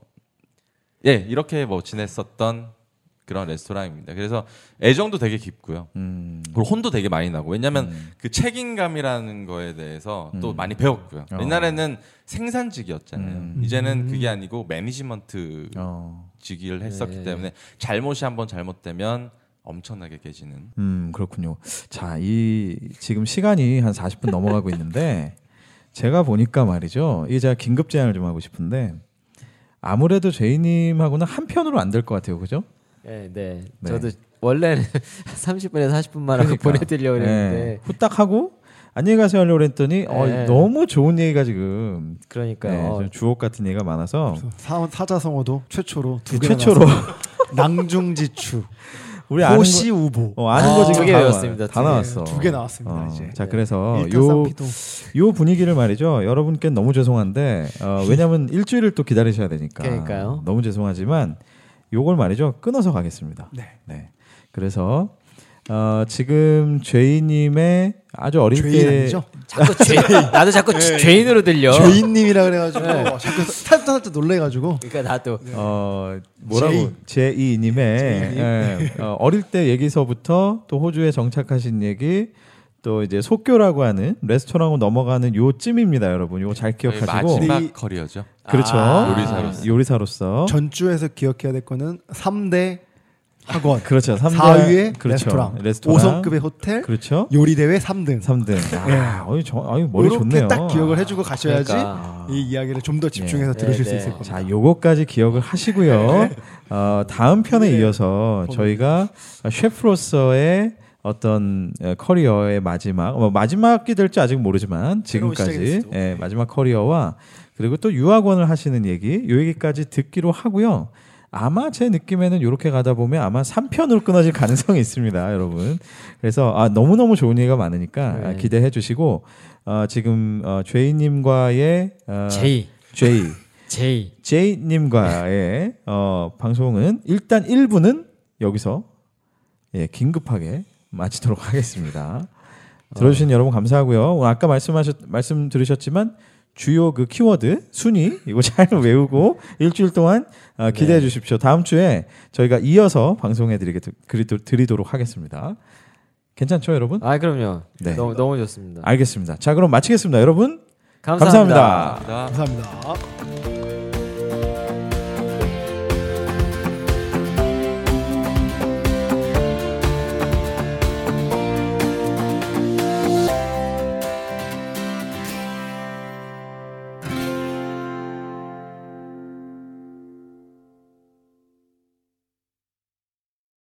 S3: 예, 이렇게 뭐 지냈었던 그런 레스토랑입니다. 그래서 애정도 되게 깊고요.
S1: 음.
S3: 그리고 혼도 되게 많이 나고 왜냐면 그 책임감이라는 거에 대해서 또 많이 배웠고요.
S1: 어.
S3: 옛날에는 생산직이었잖아요.
S1: 음.
S3: 이제는 그게 아니고 매니지먼트
S1: 어.
S3: 직위를 했었기
S2: 네.
S3: 때문에 잘못이 한번 잘못되면 엄청나게 깨지는
S1: 음, 그렇군요. 자, 이 지금 시간이 한 40분 넘어가고 있는데 제가 보니까 말이죠. 이 제가 긴급 제안을 좀 하고 싶은데 아무래도 제이님하고는 한편으로 안 될 것 같아요, 그죠?
S2: 네, 네.
S1: 네.
S2: 저도 원래는 30분에서 40분만 하고
S3: 그러니까.
S2: 보내드리려고
S1: 네,
S2: 했는데
S1: 후딱 하고 안녕히 가세요 하려고 했더니 어,
S2: 네.
S1: 너무 좋은 얘기가 지금 네,
S2: 그러니까요.
S1: 좀 주옥 같은 얘기가 많아서
S4: 사, 사자성어도 최초로 두 개.
S1: 최초로
S4: 낭중지추,
S1: 우리 아는 거,
S4: 호시우보
S1: 어, 아는
S2: 아,
S1: 거 지금
S2: 두개
S1: 다
S2: 외웠습니다.
S1: 다
S2: 두 개.
S1: 나왔어.
S4: 두 개 나왔습니다, 이제. 네.
S1: 자, 그래서 어, 요
S4: 일타쌍피도.
S1: 요 분위기를 말이죠. 여러분께 너무 죄송한데 어, 왜냐면 일주일을 또 기다리셔야 되니까.
S2: 그러니까요.
S1: 너무 죄송하지만 요걸 말이죠. 끊어서 가겠습니다.
S4: 네.
S1: 그래서 어, 지금 죄인님의 아주 어린
S4: 죄인
S1: 때
S4: 아니죠?
S2: 자꾸 죄, 나도 자꾸 지- 죄인으로
S1: 어?
S2: 들려.
S4: 죄인님이라 그래가지고
S1: 네.
S4: 자꾸 살짝 살짝 놀래가지고
S2: 그러니까 나도
S3: 네.
S1: 어, 뭐라고 제이님의 어, 어릴 때 얘기서부터 또 호주에 정착하신 얘기 또 이제 소교라고 하는 레스토랑으로 넘어가는 요쯤입니다, 여러분. 요거 잘
S3: 저희
S1: 기억하시고
S3: 네, 마지막
S4: 이-
S3: 커리어죠.
S1: 그렇죠.
S2: 아.
S3: 요리사로서.
S1: 요리사로서.
S4: 전주에서 기억해야 될 거는 3대 학원,
S1: 그렇죠. 3대
S4: 4위의 레스토랑,
S1: 레스토랑.
S4: 5성급의 호텔,
S1: 그렇죠.
S4: 요리 대회 3등.
S1: 3등. 아, 어이, 저, 어이, 머리
S4: 요렇게
S1: 좋네요.
S4: 딱 기억을 해주고 가셔야지
S2: 그러니까.
S4: 이 이야기를 좀 더 집중해서
S2: 네.
S4: 들으실
S2: 네,
S4: 수
S2: 네.
S4: 있을 겁니다.
S1: 자, 요거까지 기억을 하시고요. 어, 다음 편에
S4: 네.
S1: 이어서 저희가 셰프로서의 어떤 어, 커리어의 마지막, 뭐 마지막이 될지 아직 모르지만 지금까지
S4: 시작일 수도.
S1: 예, 마지막 커리어와 그리고 또 유학원을 하시는 얘기, 요 얘기까지 듣기로 하고요. 아마 제 느낌에는 이렇게 가다 보면 아마 3편으로 끊어질 가능성이 있습니다, 여러분. 그래서 아, 너무너무 좋은 얘기가 많으니까
S2: 네.
S1: 아, 기대해 주시고 어, 지금 어, 죄이님과의 어,
S2: 제이,
S1: 죄이
S2: 제이.
S1: 제이님과의 어, 방송은 일단 1부는 여기서 예, 긴급하게 마치도록 하겠습니다. 들어주신 여러분 감사하고요. 오늘 아까 말씀하셨 말씀 들으셨지만 주요 그 키워드 순위 이거 잘 외우고 일주일 동안
S2: 네.
S1: 어, 기대해 주십시오. 다음 주에 저희가 이어서 방송해 드리게 드리도록 하겠습니다. 괜찮죠, 여러분?
S2: 아 그럼요.
S1: 네.
S2: 너무 너무 좋습니다.
S1: 알겠습니다. 자, 그럼 마치겠습니다, 여러분.
S2: 감사합니다.
S1: 감사합니다.
S3: 감사합니다.
S4: 감사합니다.